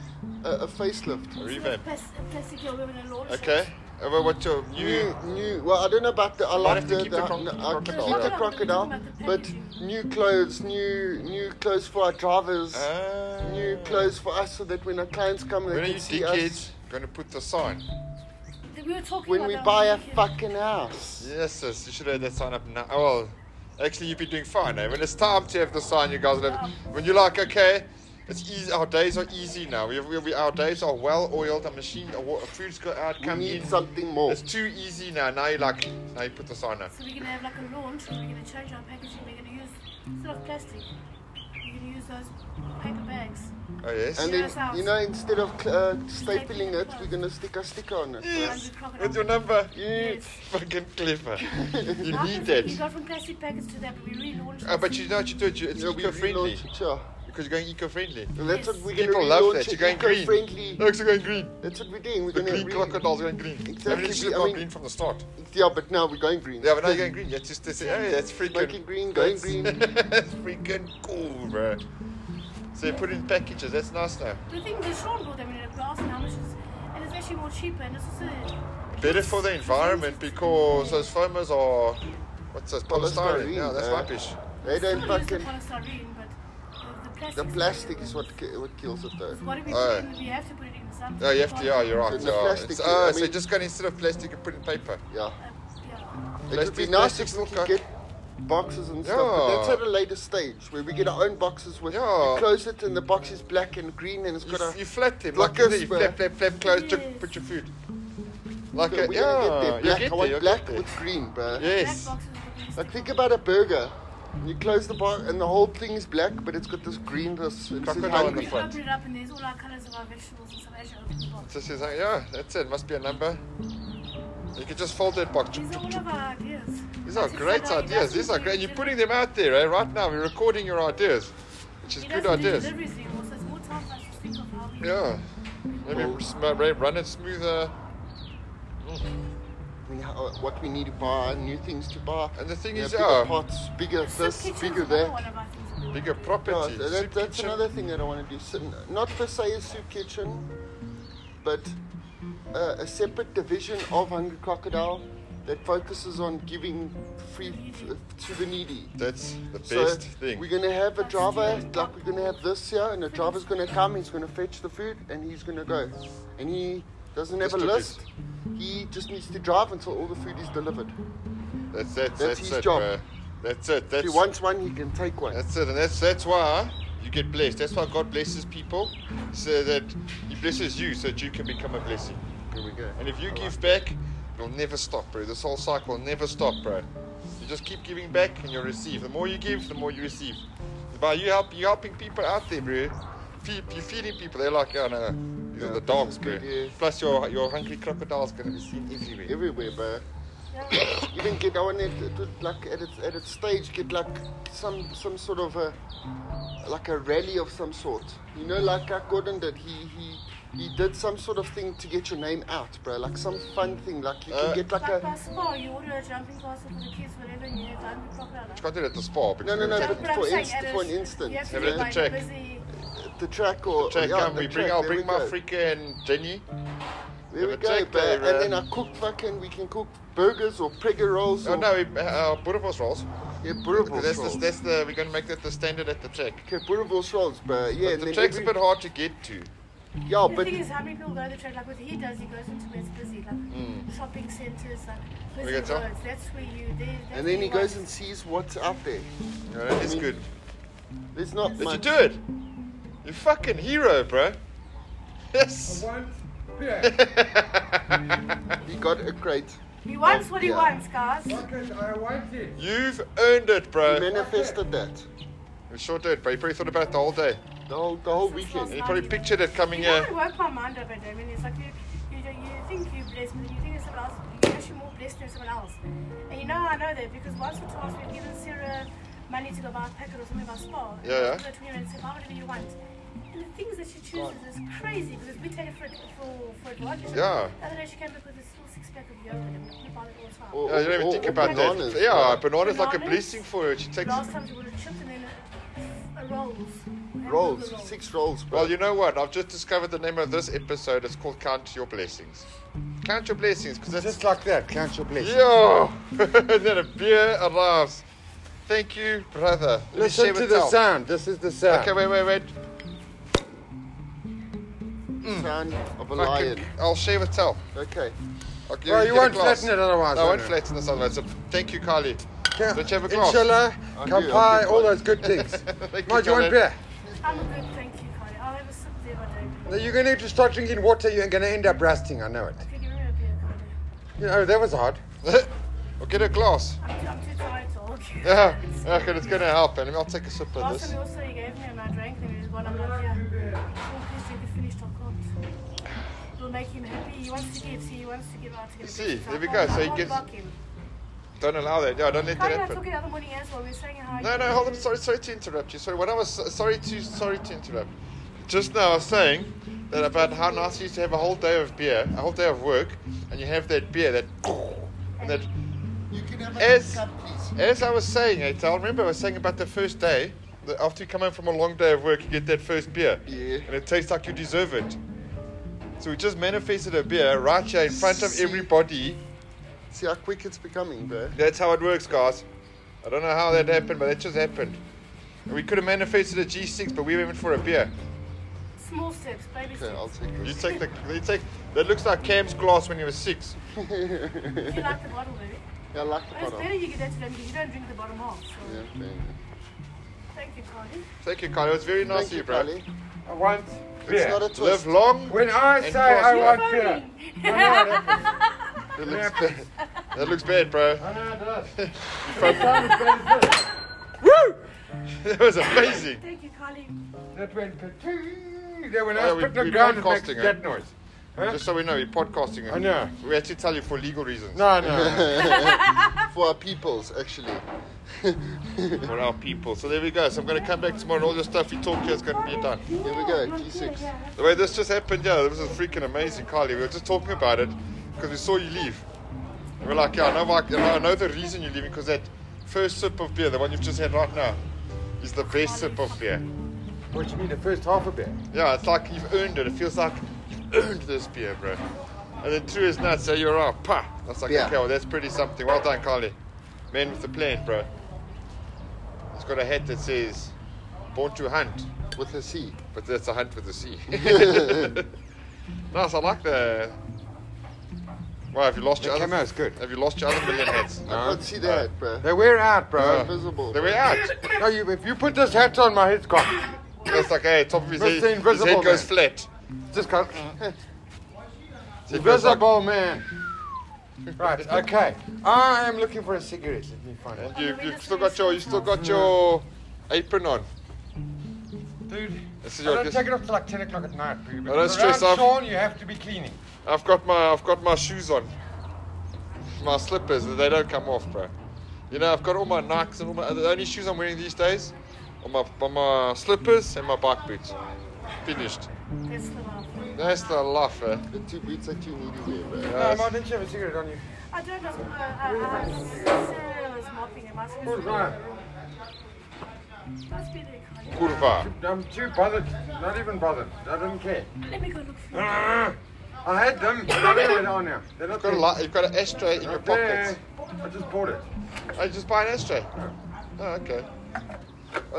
[SPEAKER 1] a, a facelift.
[SPEAKER 2] a revamp.
[SPEAKER 3] Plastic, we're going to launch it.
[SPEAKER 2] Okay. Uh, well, What's your new?
[SPEAKER 1] New, new. Well, I don't know about the. I
[SPEAKER 2] Might
[SPEAKER 1] like
[SPEAKER 2] have to
[SPEAKER 1] the.
[SPEAKER 2] keep
[SPEAKER 1] the,
[SPEAKER 2] the cro-
[SPEAKER 1] no,
[SPEAKER 2] the
[SPEAKER 1] I'll
[SPEAKER 2] crocodile
[SPEAKER 1] keep the
[SPEAKER 3] out.
[SPEAKER 1] crocodile, but new clothes, new new clothes for our drivers,
[SPEAKER 2] Ah.
[SPEAKER 1] new clothes for us, so that when our clients come, they
[SPEAKER 2] When are
[SPEAKER 1] can
[SPEAKER 2] you
[SPEAKER 1] see
[SPEAKER 2] dickheads
[SPEAKER 1] us.
[SPEAKER 2] going to put the sign?
[SPEAKER 3] We were talking
[SPEAKER 1] When
[SPEAKER 3] about
[SPEAKER 1] we
[SPEAKER 3] that
[SPEAKER 1] buy a
[SPEAKER 3] on the weekend.
[SPEAKER 1] fucking house.
[SPEAKER 2] Yes, sis. You should have that sign up now. Oh, well, actually, you've been doing fine. Eh? When it's time to have the sign, you guys will have. When you're like, okay, it's easy. Our days are easy now. We, we, we our days are well oiled. Our machine, our, wa- our food's got out.
[SPEAKER 1] We
[SPEAKER 2] Come
[SPEAKER 1] need
[SPEAKER 2] in.
[SPEAKER 1] something more.
[SPEAKER 2] It's too easy now. Now you like. Now you put the sign up.
[SPEAKER 3] So we're gonna have like a launch and we're gonna change our packaging, we're gonna use instead of plastic, we're gonna use those paper bags.
[SPEAKER 2] Oh yes.
[SPEAKER 1] And
[SPEAKER 3] Yes,
[SPEAKER 1] then,
[SPEAKER 3] house.
[SPEAKER 1] you know, instead of uh, stapling
[SPEAKER 3] Stapling
[SPEAKER 1] it,
[SPEAKER 3] it.
[SPEAKER 1] we're gonna stick a sticker on it.
[SPEAKER 2] yes.
[SPEAKER 3] crocodile.
[SPEAKER 2] With your number.
[SPEAKER 3] Yes.
[SPEAKER 2] Fucking clever. you
[SPEAKER 3] After
[SPEAKER 2] need
[SPEAKER 3] We
[SPEAKER 2] that.
[SPEAKER 3] got from plastic packets to that, but we relaunched
[SPEAKER 2] Uh,
[SPEAKER 3] it.
[SPEAKER 2] but you know what you do? You- It's
[SPEAKER 1] Yeah, we
[SPEAKER 2] eco-friendly
[SPEAKER 1] relaunch it, yeah.
[SPEAKER 2] because you're going eco-friendly.
[SPEAKER 1] And that's what
[SPEAKER 3] Yes.
[SPEAKER 1] we're
[SPEAKER 2] People
[SPEAKER 1] gonna
[SPEAKER 2] love
[SPEAKER 1] relaunch
[SPEAKER 2] that.
[SPEAKER 1] it,
[SPEAKER 2] You're going green.
[SPEAKER 1] eco-friendly.
[SPEAKER 2] Looks are going green.
[SPEAKER 1] That's what we're doing. We're
[SPEAKER 2] The
[SPEAKER 1] gonna
[SPEAKER 2] green
[SPEAKER 1] re-
[SPEAKER 2] crocodiles going green.
[SPEAKER 1] Exactly,
[SPEAKER 2] I mean, it's
[SPEAKER 1] I
[SPEAKER 2] not
[SPEAKER 1] mean-
[SPEAKER 2] green from the start.
[SPEAKER 1] Yeah, but now we're going green.
[SPEAKER 2] Yeah, but now you're going green. It's just this. Hey, that's freaking.
[SPEAKER 1] Making green, going
[SPEAKER 2] that's-
[SPEAKER 1] green.
[SPEAKER 2] that's freaking cool, bro. So you put in packages. That's nice now.
[SPEAKER 3] the thing the Sean bought them in a glass and how much is and it's actually more cheaper and it's also
[SPEAKER 2] Better for the environment because those foamers are. What's this? Polystyrene.
[SPEAKER 1] Polystyrene,
[SPEAKER 2] Yeah, that's
[SPEAKER 1] uh,
[SPEAKER 2] rubbish.
[SPEAKER 1] They don't
[SPEAKER 3] still use the
[SPEAKER 1] fucking.
[SPEAKER 3] polystyrene, but the- the plastic.
[SPEAKER 1] The plastic is what ki- what kills it though.
[SPEAKER 3] What do we
[SPEAKER 2] Oh.
[SPEAKER 3] put in? We have to put it in Uh, something.
[SPEAKER 2] Oh, you have to. Yeah, you're right.
[SPEAKER 1] So the
[SPEAKER 2] yeah.
[SPEAKER 1] plastic
[SPEAKER 2] It's-
[SPEAKER 1] is-
[SPEAKER 2] oh,
[SPEAKER 1] I
[SPEAKER 2] so
[SPEAKER 1] mean-
[SPEAKER 2] you just going instead of plastic, you put in paper.
[SPEAKER 1] Yeah.
[SPEAKER 3] Uh, yeah.
[SPEAKER 1] It would be
[SPEAKER 2] Plastic-
[SPEAKER 1] nice if
[SPEAKER 2] plastic's
[SPEAKER 1] we
[SPEAKER 2] not
[SPEAKER 1] could
[SPEAKER 2] good.
[SPEAKER 1] get boxes and stuff, but
[SPEAKER 2] Yeah.
[SPEAKER 1] that's at a later stage where we get our own boxes with.
[SPEAKER 2] Yeah.
[SPEAKER 1] We close it and the box is black and green and it's
[SPEAKER 2] You,
[SPEAKER 1] got a.
[SPEAKER 2] you flap them.
[SPEAKER 1] Like
[SPEAKER 2] Like, this,
[SPEAKER 1] this,
[SPEAKER 2] you
[SPEAKER 1] bro.
[SPEAKER 2] flap, flap, flap, close, chuck,
[SPEAKER 3] Yes.
[SPEAKER 2] put your food. Like
[SPEAKER 1] We're
[SPEAKER 2] a,
[SPEAKER 1] gonna
[SPEAKER 2] yeah,
[SPEAKER 1] get there.
[SPEAKER 2] you
[SPEAKER 1] Black.
[SPEAKER 2] get
[SPEAKER 1] I
[SPEAKER 2] there,
[SPEAKER 1] want
[SPEAKER 2] you'll
[SPEAKER 1] black
[SPEAKER 2] get there.
[SPEAKER 1] with green, bro.
[SPEAKER 2] Yes.
[SPEAKER 3] Black boxes with the
[SPEAKER 1] Like think
[SPEAKER 3] plastic.
[SPEAKER 1] about a burger. You close the box and the whole thing is black, but it's got this green. This it says
[SPEAKER 2] Crocodile in
[SPEAKER 1] hungry.
[SPEAKER 2] the
[SPEAKER 3] You
[SPEAKER 2] front.
[SPEAKER 3] open it up and there's all our colours of our vegetables and stuff as you open the box.
[SPEAKER 2] So she's like, yeah, that's it. Must be a number. You can just fold that box.
[SPEAKER 3] These are all of our ideas.
[SPEAKER 2] These are
[SPEAKER 3] That's
[SPEAKER 2] great
[SPEAKER 3] exactly-
[SPEAKER 2] ideas.
[SPEAKER 3] that's
[SPEAKER 2] These
[SPEAKER 3] what
[SPEAKER 2] are
[SPEAKER 3] we
[SPEAKER 2] great.
[SPEAKER 3] do.
[SPEAKER 2] You're putting them out there, eh? Right now, we're recording your ideas, which is
[SPEAKER 3] He
[SPEAKER 2] good
[SPEAKER 3] doesn't do
[SPEAKER 2] ideas.
[SPEAKER 3] deliveries anymore, so it's more time for us to think of how we
[SPEAKER 2] Yeah. Maybe sm- ra- run it smoother.
[SPEAKER 1] I mean, how, what we need to buy, new things to buy.
[SPEAKER 2] And the thing
[SPEAKER 1] Yeah,
[SPEAKER 2] is,
[SPEAKER 1] bigger
[SPEAKER 2] yeah.
[SPEAKER 1] pots, bigger
[SPEAKER 3] Soup
[SPEAKER 1] this,
[SPEAKER 3] kitchen's
[SPEAKER 1] bigger
[SPEAKER 3] another
[SPEAKER 1] that.
[SPEAKER 3] one of our things that we want
[SPEAKER 2] Bigger
[SPEAKER 3] to do.
[SPEAKER 1] Yeah,
[SPEAKER 2] property.
[SPEAKER 1] so that,
[SPEAKER 2] soup
[SPEAKER 1] that's
[SPEAKER 2] kitchen.
[SPEAKER 1] another thing that I want to do. So, not for say a soup kitchen, but uh, a separate division of Hungry Crocodile that focuses on giving free f- uh, to the needy.
[SPEAKER 2] That's the best
[SPEAKER 1] So
[SPEAKER 2] thing.
[SPEAKER 1] we're gonna have a
[SPEAKER 3] That's
[SPEAKER 1] driver,
[SPEAKER 3] good.
[SPEAKER 1] like we're gonna have this here, and the driver's gonna come. He's gonna fetch the food, and he's gonna go. And he doesn't have a list.
[SPEAKER 2] Distribute.
[SPEAKER 1] He just needs to drive until all the food is delivered.
[SPEAKER 2] That's it. That's,
[SPEAKER 1] his
[SPEAKER 2] it,
[SPEAKER 1] job.
[SPEAKER 2] bruh. That's it.
[SPEAKER 1] If
[SPEAKER 2] That's
[SPEAKER 1] he wants one, he can take one.
[SPEAKER 2] That's it, and that's that's why you get blessed. That's why God blesses people, so that He blesses you, so that you can become a blessing.
[SPEAKER 1] Here we go.
[SPEAKER 2] And if you give back, it'll never stop, bro. This whole cycle will never stop, bro. You just keep giving back and you'll receive. The more you give, the more you receive. But you help you helping people out there, bro. Feed, you're feeding people. They're like, oh no, these are
[SPEAKER 1] Yeah,
[SPEAKER 2] the dogs, bro.
[SPEAKER 1] good, yeah.
[SPEAKER 2] Plus your your hungry crocodile's gonna be seen everywhere.
[SPEAKER 1] everywhere, bro.
[SPEAKER 3] Yeah.
[SPEAKER 1] Even get on it, it would, like at its at its stage, get like some some sort of a like a rally of some sort. You know, like how Gordon did. He he he did some sort of thing to get your name out, bro. Like some fun thing. Like you
[SPEAKER 2] Uh,
[SPEAKER 1] can get like
[SPEAKER 3] Like by
[SPEAKER 1] a
[SPEAKER 3] spa, you order a jumping castle for the kids, whatever, and you have to open crocodile.
[SPEAKER 2] You can't do it at the spa. because
[SPEAKER 1] no no no.
[SPEAKER 2] it's-
[SPEAKER 3] But
[SPEAKER 1] But
[SPEAKER 3] what I'm
[SPEAKER 1] for,
[SPEAKER 3] saying
[SPEAKER 1] inst-
[SPEAKER 3] is
[SPEAKER 1] for an instance,
[SPEAKER 3] you have to
[SPEAKER 2] Yeah,
[SPEAKER 1] you
[SPEAKER 2] but
[SPEAKER 1] know,
[SPEAKER 2] let
[SPEAKER 3] be
[SPEAKER 2] the check.
[SPEAKER 3] like busy.
[SPEAKER 1] the track or
[SPEAKER 2] Check
[SPEAKER 1] yeah,
[SPEAKER 2] um,
[SPEAKER 1] the
[SPEAKER 2] we bring
[SPEAKER 1] track,
[SPEAKER 2] I'll
[SPEAKER 1] there we
[SPEAKER 2] bring my
[SPEAKER 1] go.
[SPEAKER 2] freaking Jenny. Oh,
[SPEAKER 1] There we
[SPEAKER 2] Have a
[SPEAKER 1] go,
[SPEAKER 2] check
[SPEAKER 1] bro.
[SPEAKER 2] there,
[SPEAKER 1] And then
[SPEAKER 2] uh,
[SPEAKER 1] I cook fucking, we can cook burgers or prego rolls.
[SPEAKER 2] Oh
[SPEAKER 1] or,
[SPEAKER 2] no, we, uh, Burvos rolls.
[SPEAKER 1] Yeah, burrivors
[SPEAKER 2] That's
[SPEAKER 1] rolls.
[SPEAKER 2] the, that's the we're gonna make that the standard at the track.
[SPEAKER 1] okay, burrivors rolls, bro. Yeah,
[SPEAKER 2] But
[SPEAKER 1] and
[SPEAKER 2] the
[SPEAKER 1] then
[SPEAKER 2] track's
[SPEAKER 1] every-
[SPEAKER 2] a bit hard to get to.
[SPEAKER 1] Yeah,
[SPEAKER 3] The
[SPEAKER 1] but
[SPEAKER 3] thing is, how many people go to the track? Like what he does, he goes into where it's busy, like
[SPEAKER 1] Mm.
[SPEAKER 3] shopping centres, like busy
[SPEAKER 2] get
[SPEAKER 3] roads.
[SPEAKER 2] some?
[SPEAKER 3] That's where you. There, that's
[SPEAKER 1] and
[SPEAKER 3] where
[SPEAKER 1] then he
[SPEAKER 3] you want
[SPEAKER 1] goes
[SPEAKER 3] it.
[SPEAKER 1] and sees what's out there.
[SPEAKER 2] You know, that is
[SPEAKER 1] mean,
[SPEAKER 2] good.
[SPEAKER 1] There's not
[SPEAKER 2] Did you
[SPEAKER 1] much.
[SPEAKER 2] do it? You fucking hero, bro. Yes.
[SPEAKER 4] One, yeah.
[SPEAKER 1] He got a crate.
[SPEAKER 3] He wants what he
[SPEAKER 1] Oh, Yeah.
[SPEAKER 3] wants, guys.
[SPEAKER 4] Because I want it.
[SPEAKER 2] You've earned it,
[SPEAKER 1] He
[SPEAKER 2] bro.
[SPEAKER 1] manifested that
[SPEAKER 2] You sure did, but you probably thought about it the whole day.
[SPEAKER 1] the whole the whole
[SPEAKER 3] Since
[SPEAKER 1] weekend.
[SPEAKER 2] And you probably pictured it coming
[SPEAKER 3] You know,
[SPEAKER 2] here.
[SPEAKER 3] I work my mind over it. I mean, it's like you, you, don't- you think you're blessed, but you think it's someone else. You're actually more blessed than someone else. And you know how I know that because once or twice we've given Sarah money to go buy a packet or something by spa.
[SPEAKER 2] Yeah, yeah.
[SPEAKER 3] Go to her and say, buy whatever you want. And the things that she chooses is crazy because we take it for for for advantage.
[SPEAKER 2] Yeah.
[SPEAKER 3] The other day she came back with this full six pack of yogurt and we buy it all the time.
[SPEAKER 1] Or-
[SPEAKER 2] Yeah, you don't even
[SPEAKER 1] or-
[SPEAKER 2] think
[SPEAKER 1] or
[SPEAKER 2] about
[SPEAKER 1] bananas,
[SPEAKER 2] that. Yeah,
[SPEAKER 1] bro.
[SPEAKER 2] banana's like a
[SPEAKER 3] Bananas.
[SPEAKER 2] blessing for her. She takes.
[SPEAKER 3] Last time she ordered chips and then uh, a, a rolls. And
[SPEAKER 1] rolls,
[SPEAKER 3] burger rolls.
[SPEAKER 1] six rolls, bro.
[SPEAKER 2] Well, you know what? I've just discovered the name of this episode. It's called Count Your Blessings. Count Your Blessings, because that's
[SPEAKER 5] Just like that, count your blessings.
[SPEAKER 2] Yo! then a beer arrives. Thank you, brother. Let me share
[SPEAKER 5] Listen to
[SPEAKER 2] with
[SPEAKER 5] the
[SPEAKER 2] Tom.
[SPEAKER 5] sound. This is the sound.
[SPEAKER 2] Okay, wait, wait, wait.
[SPEAKER 1] Sound of a
[SPEAKER 2] Fucking,
[SPEAKER 1] lion.
[SPEAKER 2] I'll share with Tal.
[SPEAKER 1] Okay.
[SPEAKER 2] Okay,
[SPEAKER 5] Well,
[SPEAKER 2] get
[SPEAKER 5] you
[SPEAKER 2] a
[SPEAKER 5] won't
[SPEAKER 2] glass.
[SPEAKER 5] flatten it otherwise,
[SPEAKER 2] No, I
[SPEAKER 5] will
[SPEAKER 2] won't
[SPEAKER 5] you?
[SPEAKER 2] flatten this otherwise. So thank you, Carly.
[SPEAKER 5] Yeah.
[SPEAKER 2] Don't you have a glass?
[SPEAKER 5] Inshallah,
[SPEAKER 1] I'll do, I'll
[SPEAKER 5] kampai,
[SPEAKER 1] do
[SPEAKER 5] all
[SPEAKER 1] one.
[SPEAKER 5] those good things.
[SPEAKER 2] Thank
[SPEAKER 5] Mind
[SPEAKER 2] Carly.
[SPEAKER 5] you, want beer.
[SPEAKER 3] I'm a good thank you, Carly. I'll have a sip there one day.
[SPEAKER 5] Now, You're going to have to start drinking water. You're going to end up rusting. I know it.
[SPEAKER 3] Can you give me a beer, Carly?
[SPEAKER 5] You know, that was hard.
[SPEAKER 2] I'll get a glass.
[SPEAKER 3] I'm too, I'm too tired to argue.
[SPEAKER 2] Yeah, okay, it's gonna help. And I'll take a sip of
[SPEAKER 3] Last
[SPEAKER 2] this.
[SPEAKER 3] time you also you gave me and I drank and there's one I'm like, yeah. Oh, please drink it finished, I can't. It'll make him happy. He wants to give, see, he wants to give out to get a
[SPEAKER 2] See,
[SPEAKER 3] bit. So
[SPEAKER 2] there
[SPEAKER 3] I
[SPEAKER 2] we go.
[SPEAKER 3] can't-
[SPEAKER 2] So
[SPEAKER 3] I
[SPEAKER 2] he
[SPEAKER 3] can't
[SPEAKER 2] gets-
[SPEAKER 3] block him.
[SPEAKER 2] Don't allow that. Yeah, don't let that
[SPEAKER 3] Carly and I talked
[SPEAKER 2] happen.
[SPEAKER 3] the other morning as well. We were saying how.
[SPEAKER 2] No, no, hold on. Sorry, sorry to interrupt you. Sorry, what I was sorry to sorry to interrupt. Just now, I was saying that about how nice it is to have a whole day of beer, a whole day of work, and you have that beer that. And that
[SPEAKER 1] You can have
[SPEAKER 2] Yes.
[SPEAKER 1] cup, please.
[SPEAKER 2] as I was saying, I tell- remember I was saying about the first day. That after you come home from a long day of work, you get that first beer,
[SPEAKER 1] Yeah.
[SPEAKER 2] and it tastes like you deserve it. So we just manifested a beer right here in front of
[SPEAKER 1] See.
[SPEAKER 2] everybody.
[SPEAKER 1] See how quick it's becoming, bro.
[SPEAKER 2] That's how it works, guys. I don't know how that happened, but that just happened. And we could have manifested a G6, but we went for a beer.
[SPEAKER 3] Small steps, baby
[SPEAKER 1] Okay, I'll
[SPEAKER 3] steps.
[SPEAKER 1] take
[SPEAKER 2] You
[SPEAKER 1] this.
[SPEAKER 2] take the, you take. That looks like Cam's glass when he was six.
[SPEAKER 3] Do you like the bottle, baby?
[SPEAKER 1] Yeah, I like the
[SPEAKER 3] But it's better
[SPEAKER 1] bottom.
[SPEAKER 3] you get that to them because you don't drink the bottom half. So
[SPEAKER 1] Yeah, okay.
[SPEAKER 3] thank you, Carly.
[SPEAKER 2] Thank you, Carly. It was very nice
[SPEAKER 1] Thank
[SPEAKER 2] of you,
[SPEAKER 1] you,
[SPEAKER 2] bro.
[SPEAKER 1] Carly.
[SPEAKER 4] I want
[SPEAKER 1] It's
[SPEAKER 4] beer.
[SPEAKER 1] not a twist.
[SPEAKER 2] Live long.
[SPEAKER 4] When I say I
[SPEAKER 2] You're
[SPEAKER 4] want beer, I know what happens.
[SPEAKER 2] That looks bad. That looks bad, bro.
[SPEAKER 4] I know it does. Sometimes it does this.
[SPEAKER 2] That was amazing.
[SPEAKER 3] Thank you, Carly.
[SPEAKER 4] That went pa-ting. That when I
[SPEAKER 2] Yeah,
[SPEAKER 4] was
[SPEAKER 2] we-
[SPEAKER 4] putting the
[SPEAKER 2] we
[SPEAKER 4] ground, it makes
[SPEAKER 2] broadcasting it.
[SPEAKER 4] that noise. Huh?
[SPEAKER 2] Just so we know, we're podcasting. it.
[SPEAKER 4] I know.
[SPEAKER 2] We had to tell you for legal reasons.
[SPEAKER 4] No, no.
[SPEAKER 1] For our peoples, actually.
[SPEAKER 2] For our people. So there we go. So I'm going to come back tomorrow and all the stuff you talked here is going to be done.
[SPEAKER 1] Here we go, G6.
[SPEAKER 2] The way this just happened, yeah, this is freaking amazing, Carly. We were just talking about it because we saw you leave. And we're like, yeah, I know, why, I know the reason you're leaving because that first sip of beer, the one you've just had right now, is the best sip of beer.
[SPEAKER 5] What do you mean, the first half of beer?
[SPEAKER 2] Yeah, it's like you've earned it. It feels like you've earned this beer, bro. And then two is nuts, so you're out. Pa! That's like,
[SPEAKER 1] Yeah.
[SPEAKER 2] okay, well, that's pretty something. Well done, Carly. Man with the plan, bro. He's got a hat that says, Born to Hunt.
[SPEAKER 1] With a C.
[SPEAKER 2] But that's a hunt with the sea. nice, I like the. Well, have you lost your
[SPEAKER 5] The
[SPEAKER 2] other?
[SPEAKER 5] camo's good.
[SPEAKER 2] Have you lost your other million hats?
[SPEAKER 1] I can't see the hat,
[SPEAKER 2] uh,
[SPEAKER 1] bro.
[SPEAKER 5] They wear out, bro.
[SPEAKER 1] Invisible.
[SPEAKER 2] They were out.
[SPEAKER 5] No, you, if you put this hat on, my head's gone.
[SPEAKER 2] That's like, hey, top of his
[SPEAKER 5] Mr.
[SPEAKER 2] head. His
[SPEAKER 5] Invisible
[SPEAKER 2] head goes
[SPEAKER 5] Man.
[SPEAKER 2] flat.
[SPEAKER 5] Just gone.
[SPEAKER 2] His head goes like-
[SPEAKER 5] Invisible man. Right, okay. I am looking for a cigarette. Let me find it.
[SPEAKER 2] You, you've still got your, you still got your apron on.
[SPEAKER 4] Dude,
[SPEAKER 2] This is
[SPEAKER 5] I
[SPEAKER 2] your-
[SPEAKER 5] don't
[SPEAKER 2] this-
[SPEAKER 5] take it off till like 10 o'clock at night, Pooh.
[SPEAKER 2] I don't stress off.
[SPEAKER 5] around Sean, you have to be cleaning.
[SPEAKER 2] I've got my, I've got my shoes on. My slippers, they don't come off, bro. You know, I've got all my Nikes and all my, the only shoes I'm wearing these days are my, are my slippers and my bike boots. Finished.
[SPEAKER 3] That's the one.
[SPEAKER 2] That's the life, eh?
[SPEAKER 1] The two boots that you need to wear, bro.
[SPEAKER 5] No,
[SPEAKER 2] Yes.
[SPEAKER 5] Mom, didn't you have a cigarette on you?
[SPEAKER 3] I don't know. Uh, uh, uh, Sarah was mopping him. I was supposed
[SPEAKER 4] right.
[SPEAKER 3] to- must be the economy.
[SPEAKER 2] Kurva.
[SPEAKER 4] I'm too bothered. Not even bothered. I don't care.
[SPEAKER 3] Let me go look for it.
[SPEAKER 4] I had them. I don't know where they are now. They're not
[SPEAKER 2] You've Ah. got, a,
[SPEAKER 4] there.
[SPEAKER 2] li- you've got an ashtray in your
[SPEAKER 4] Not there.
[SPEAKER 2] pocket.
[SPEAKER 4] I just bought it.
[SPEAKER 2] I just buy an ashtray. Oh, okay. I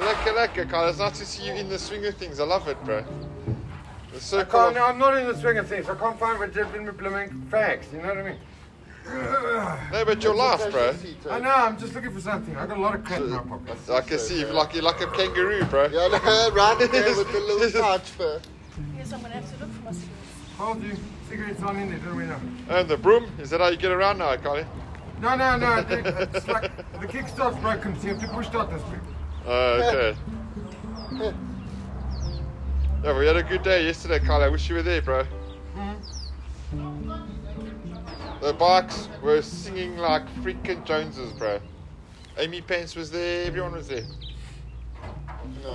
[SPEAKER 2] like it, like it, Kyle. It's nice to see you in the swing of things. I love it, bro. The
[SPEAKER 4] I
[SPEAKER 2] circle
[SPEAKER 4] can't,
[SPEAKER 2] of,
[SPEAKER 4] no, I'm not in the swing of things. I can't find what different implement facts. You know what I mean?
[SPEAKER 2] no, but your life, bro.
[SPEAKER 4] I know. I'm just looking for something. I got a lot of crap in my pocket.
[SPEAKER 2] I can see you like you're like a kangaroo, bro.
[SPEAKER 1] Yeah, no, right there with the little pouch, bro.
[SPEAKER 3] Yes, I'm going to have to look for my cigarettes.
[SPEAKER 4] Hold you. Cigarettes aren't in there. Don't we know?
[SPEAKER 2] And the broom. Is that how you get around now, Kyle?
[SPEAKER 4] No, no, no. I think It's like the kickstart's broken, so you have to push start this week.
[SPEAKER 2] Uh, okay. yeah, we had a good day yesterday, Kyle. I wish you were there, bro.
[SPEAKER 1] Hmm.
[SPEAKER 2] The bikes were singing like freaking Joneses, bro. Amy Pence was there. Everyone was there.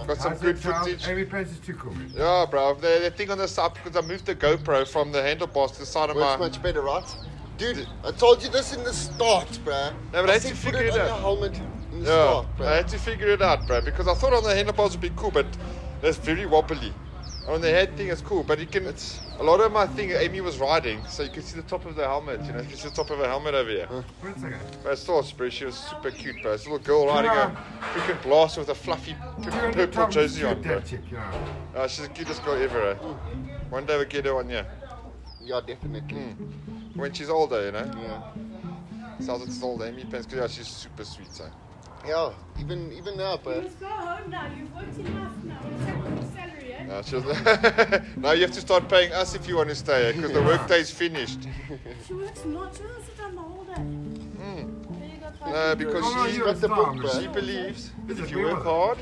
[SPEAKER 2] Got some
[SPEAKER 4] I
[SPEAKER 2] good
[SPEAKER 4] said, "Charles,
[SPEAKER 2] footage.
[SPEAKER 4] Amy Pence is too cool, man.
[SPEAKER 2] Yeah, bro. The, the thing on the side because I moved the GoPro from the handlebars to the side of
[SPEAKER 1] Works
[SPEAKER 2] my.
[SPEAKER 1] much better, right? Dude, I told you this in the start, bro.
[SPEAKER 2] No, but I had to
[SPEAKER 1] said put
[SPEAKER 2] figure it
[SPEAKER 1] on
[SPEAKER 2] out.
[SPEAKER 1] your helmet in the
[SPEAKER 2] Yeah,
[SPEAKER 1] start,
[SPEAKER 2] I
[SPEAKER 1] bro.
[SPEAKER 2] had to figure it out, bro, because I thought on the handlebars would be cool, but that's very wobbly. And on the head thing, it's cool, but you can. It's a lot of my thing. Amy was riding, so you can see the top of the helmet. You know, you can see the top of her helmet over here.
[SPEAKER 4] Wait a second.
[SPEAKER 2] But still, it's pretty- She was super cute, bro. This little girl riding
[SPEAKER 4] Yeah.
[SPEAKER 2] a freaking blast with a fluffy p-
[SPEAKER 4] You're under
[SPEAKER 2] purple
[SPEAKER 4] Tom's
[SPEAKER 2] jersey
[SPEAKER 4] suit,
[SPEAKER 2] on, bro.
[SPEAKER 4] that chick, you know.
[SPEAKER 2] Uh, she's the cutest girl ever. Eh? One day we'll get her one, yeah.
[SPEAKER 1] Yeah, definitely.
[SPEAKER 2] Hmm. When she's older, you know.
[SPEAKER 1] Yeah.
[SPEAKER 2] Sounds like it's old Amy Pence, 'cause, yeah, she's super sweet, so.
[SPEAKER 1] Yeah, even even now, bro.
[SPEAKER 6] Let's go home now. You've worked enough now. It's your salary, eh?
[SPEAKER 2] No, she'll- now you have to start paying us if you want to stay because the workday is finished.
[SPEAKER 4] Oh,
[SPEAKER 6] She works not. She doesn't sit down the whole day.
[SPEAKER 2] Hmm.
[SPEAKER 6] There you go, five
[SPEAKER 2] No, because
[SPEAKER 4] Come on,
[SPEAKER 2] she,
[SPEAKER 4] you're
[SPEAKER 1] got the
[SPEAKER 4] a
[SPEAKER 1] book,
[SPEAKER 4] star,
[SPEAKER 1] bro.
[SPEAKER 2] she believes that
[SPEAKER 4] Is
[SPEAKER 2] if
[SPEAKER 4] it
[SPEAKER 2] you work
[SPEAKER 4] real?
[SPEAKER 2] hard,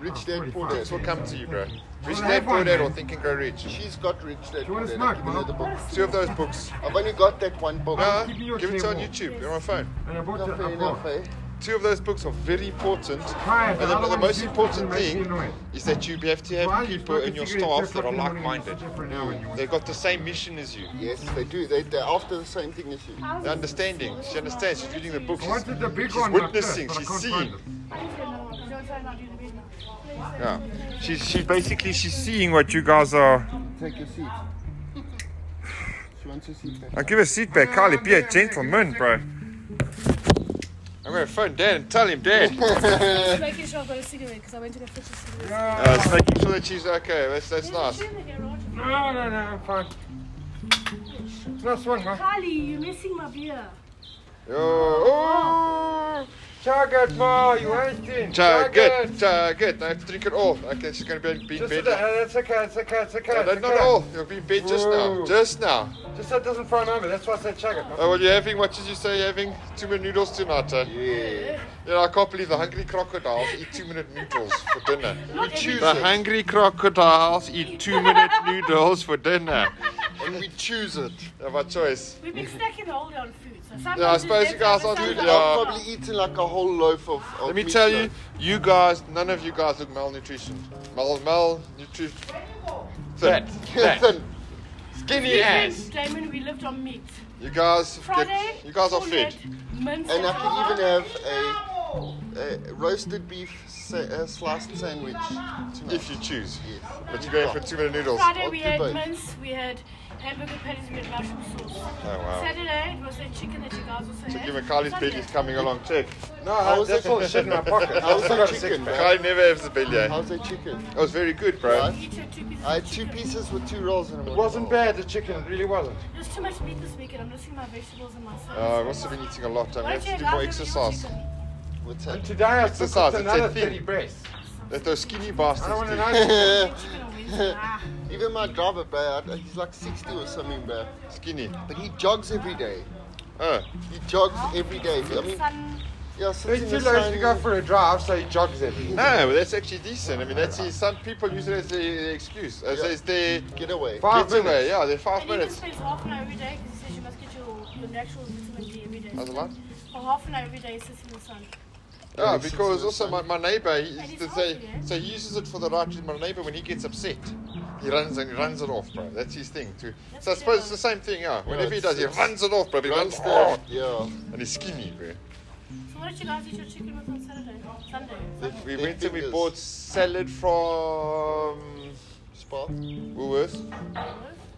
[SPEAKER 1] Rich dad, poor
[SPEAKER 2] this
[SPEAKER 1] dad.
[SPEAKER 2] will come to you, bro. Rich
[SPEAKER 4] Well,
[SPEAKER 2] Dad
[SPEAKER 4] have
[SPEAKER 2] Poor
[SPEAKER 4] one,
[SPEAKER 2] Dad
[SPEAKER 4] man.
[SPEAKER 2] or Think and Grow Rich.
[SPEAKER 1] She's got rich dad,
[SPEAKER 4] you wanna
[SPEAKER 1] poor dad.
[SPEAKER 4] smoke,
[SPEAKER 1] I've given her
[SPEAKER 4] man?
[SPEAKER 1] the book.
[SPEAKER 2] Two of those books.
[SPEAKER 1] I've only got that one book.
[SPEAKER 2] No,
[SPEAKER 4] keeping your
[SPEAKER 2] give it to
[SPEAKER 4] claim
[SPEAKER 2] on
[SPEAKER 4] on.
[SPEAKER 2] YouTube, on my phone.
[SPEAKER 4] And I bought
[SPEAKER 1] Not
[SPEAKER 4] it.
[SPEAKER 1] fair
[SPEAKER 4] I
[SPEAKER 1] enough,
[SPEAKER 4] bought.
[SPEAKER 1] eh?
[SPEAKER 2] Two of those books are very important.
[SPEAKER 4] Hi,
[SPEAKER 2] And the,
[SPEAKER 4] other
[SPEAKER 2] the
[SPEAKER 4] one
[SPEAKER 2] most
[SPEAKER 4] is
[SPEAKER 2] important
[SPEAKER 4] making
[SPEAKER 2] thing
[SPEAKER 4] noise.
[SPEAKER 2] is that you have to
[SPEAKER 4] Why are
[SPEAKER 2] have
[SPEAKER 4] you
[SPEAKER 2] people in
[SPEAKER 4] smoking
[SPEAKER 2] your
[SPEAKER 4] cigarettes
[SPEAKER 2] staff that are
[SPEAKER 4] every
[SPEAKER 2] like
[SPEAKER 4] fucking morning?
[SPEAKER 2] minded.
[SPEAKER 4] It's different now when you want-
[SPEAKER 2] They've got the same mission as you.
[SPEAKER 1] Yes, they do. They, they're after the same thing as you.
[SPEAKER 6] hours.
[SPEAKER 2] The understanding. She understands. She's reading the book.
[SPEAKER 4] I
[SPEAKER 2] She's,
[SPEAKER 4] wanted the big
[SPEAKER 2] she's
[SPEAKER 4] one. like this,
[SPEAKER 2] witnessing.
[SPEAKER 4] but I
[SPEAKER 2] She's
[SPEAKER 4] can't
[SPEAKER 2] seeing.
[SPEAKER 4] find it.
[SPEAKER 6] I need to get another one because you're trying not to do the bed now.
[SPEAKER 2] Yeah. She's she basically she's seeing what you guys are.
[SPEAKER 1] Take your seat. She wants a seat eh? back.
[SPEAKER 2] Now give a seat back, Carly. Be a gentleman, bro. I'm gonna phone Dad and tell him, Dad.
[SPEAKER 3] Just making uh, sure I've got a cigarette because I went to go fetch a cigarette.
[SPEAKER 4] Yeah.
[SPEAKER 2] Uh, it's making sure that she's okay. That's that's nice.
[SPEAKER 3] It's in the garage.
[SPEAKER 4] No, no, no, I'm fine. Last one, man.
[SPEAKER 3] Carly, you're missing my beer.
[SPEAKER 2] Yo, oh,
[SPEAKER 4] Target, ma, you wasting.
[SPEAKER 2] good, uh, good. I have to drink it all. Okay, she's gonna be in be in
[SPEAKER 4] Just
[SPEAKER 2] bed.
[SPEAKER 4] that,
[SPEAKER 2] now.
[SPEAKER 4] that's okay, that's okay, it's okay.
[SPEAKER 2] No,
[SPEAKER 4] it's
[SPEAKER 2] no, not
[SPEAKER 4] okay.
[SPEAKER 2] all. You'll be in bed just now.
[SPEAKER 4] Whoa.
[SPEAKER 2] Just now.
[SPEAKER 4] Just that doesn't fry over. That's why I said chug it.
[SPEAKER 2] Oh, well, you're having, what did you say, you're having two minute noodles tonight, eh?
[SPEAKER 1] Yeah.
[SPEAKER 2] You know, I can't believe the hungry crocodiles eat two minute noodles for dinner.
[SPEAKER 1] We choose
[SPEAKER 2] The
[SPEAKER 1] it.
[SPEAKER 2] hungry crocodiles eat two minute noodles for dinner.
[SPEAKER 1] And we choose it.
[SPEAKER 2] Yeah, my choice.
[SPEAKER 3] We've been stuck in the hole on food. So sometimes
[SPEAKER 2] Yeah, I
[SPEAKER 3] it's
[SPEAKER 2] suppose you
[SPEAKER 3] better,
[SPEAKER 2] guys
[SPEAKER 3] but
[SPEAKER 2] are
[SPEAKER 3] sometimes
[SPEAKER 2] doing-
[SPEAKER 3] it's
[SPEAKER 2] yeah.
[SPEAKER 3] not.
[SPEAKER 1] I've probably eaten like a whole loaf of. of
[SPEAKER 2] Let me
[SPEAKER 1] meat
[SPEAKER 2] tell you,
[SPEAKER 1] loaf.
[SPEAKER 2] you guys, none of you guys look malnutrition. Mal, malnutrition. Thin.
[SPEAKER 1] Listen,
[SPEAKER 2] Skinny ass.
[SPEAKER 3] Damon, we lived on meat.
[SPEAKER 2] You guys,
[SPEAKER 3] Friday,
[SPEAKER 2] get, you guys are
[SPEAKER 3] full
[SPEAKER 2] fed.
[SPEAKER 3] head, mince
[SPEAKER 1] and I
[SPEAKER 3] and
[SPEAKER 1] can even have a, a roasted beef sa- uh sliced sandwich. tonight.
[SPEAKER 2] If you choose.
[SPEAKER 1] Yes.
[SPEAKER 2] But you're going for two minute noodles.
[SPEAKER 3] Friday
[SPEAKER 1] I'll
[SPEAKER 3] we
[SPEAKER 1] do
[SPEAKER 3] had
[SPEAKER 1] both.
[SPEAKER 3] mince, we had hamburger patties, we had mushroom sauce.
[SPEAKER 2] Oh, wow.
[SPEAKER 3] Saturday it was that chicken that you guys also had.
[SPEAKER 2] Give me Kylie's
[SPEAKER 3] Sunday-
[SPEAKER 2] belly's coming along. Check.
[SPEAKER 4] No,
[SPEAKER 1] How was
[SPEAKER 4] that's
[SPEAKER 1] it?
[SPEAKER 4] all the shit in my pocket.
[SPEAKER 1] How was
[SPEAKER 4] That's
[SPEAKER 1] the
[SPEAKER 4] got a
[SPEAKER 1] chicken,
[SPEAKER 4] six pack.
[SPEAKER 1] man?
[SPEAKER 2] Kylie never has the belly. eh?
[SPEAKER 1] How's the chicken?
[SPEAKER 2] It was very good, bro.
[SPEAKER 1] Right.
[SPEAKER 3] Each had two pieces
[SPEAKER 1] I
[SPEAKER 3] of
[SPEAKER 1] had two
[SPEAKER 3] chicken.
[SPEAKER 1] pieces with two rolls in them.
[SPEAKER 4] It wasn't bad, the chicken. It really wasn't.
[SPEAKER 3] There's too much meat this weekend. I'm missing my vegetables and my salad.
[SPEAKER 2] Uh, I must have been eating a lot. I
[SPEAKER 3] Why
[SPEAKER 2] mean, I
[SPEAKER 3] don't
[SPEAKER 2] have
[SPEAKER 3] you
[SPEAKER 2] to do more
[SPEAKER 3] guys have your
[SPEAKER 2] exercise.
[SPEAKER 3] chicken?
[SPEAKER 1] What's
[SPEAKER 4] And
[SPEAKER 1] that?
[SPEAKER 4] today I
[SPEAKER 2] It's the
[SPEAKER 4] took off
[SPEAKER 2] size, it's
[SPEAKER 4] another
[SPEAKER 2] that thin.
[SPEAKER 4] 30 breasts.
[SPEAKER 2] That those skinny
[SPEAKER 4] I
[SPEAKER 2] bastards.
[SPEAKER 4] don't want to
[SPEAKER 2] do.
[SPEAKER 4] know.
[SPEAKER 3] Chicken on Wednesday. Ah,
[SPEAKER 1] Even my driver, bro, I- he's like 60 or something, bro.
[SPEAKER 2] Skinny.
[SPEAKER 1] But he jogs every day.
[SPEAKER 2] Oh.
[SPEAKER 1] He jogs every day. I mean,
[SPEAKER 3] Sun,
[SPEAKER 1] yeah, sits in
[SPEAKER 5] It's
[SPEAKER 1] the
[SPEAKER 5] too low to go
[SPEAKER 1] sun.
[SPEAKER 5] for a drive, so he jogs every day.
[SPEAKER 2] No, but that's actually decent. I mean, that's some people use it as their their excuse, as,
[SPEAKER 1] Yeah.
[SPEAKER 2] as their
[SPEAKER 1] Get away.
[SPEAKER 5] Five
[SPEAKER 2] getaway.
[SPEAKER 5] minutes.
[SPEAKER 2] Yeah, they're five
[SPEAKER 3] and you can
[SPEAKER 2] minutes.
[SPEAKER 3] spend half an hour every day because he says you must get your, your natural vitamin D every day.
[SPEAKER 2] How's the light?
[SPEAKER 3] For half an hour every day, sits in the sun.
[SPEAKER 2] Yeah, because also my, my neighbour, he,
[SPEAKER 3] And it's
[SPEAKER 2] they
[SPEAKER 3] hard
[SPEAKER 2] say,
[SPEAKER 3] for you.
[SPEAKER 2] so he uses it for the right. My neighbour, when he gets upset, he runs and he runs it off, bro. That's his thing too. so I
[SPEAKER 3] That's
[SPEAKER 2] suppose
[SPEAKER 3] clever.
[SPEAKER 2] it's the same thing, yeah. Whenever he
[SPEAKER 1] it's-
[SPEAKER 2] does, he
[SPEAKER 1] it's-
[SPEAKER 2] runs it off, bro. He
[SPEAKER 1] Runs
[SPEAKER 2] runs hard,
[SPEAKER 1] down. Yeah.
[SPEAKER 2] and he's skinny, bro.
[SPEAKER 3] So what did you guys eat your chicken with on Saturday? Oh, Sunday. Sunday.
[SPEAKER 2] We
[SPEAKER 1] Their
[SPEAKER 2] went and we
[SPEAKER 1] fingers.
[SPEAKER 2] bought salad from
[SPEAKER 1] Spa.
[SPEAKER 2] Woolworths,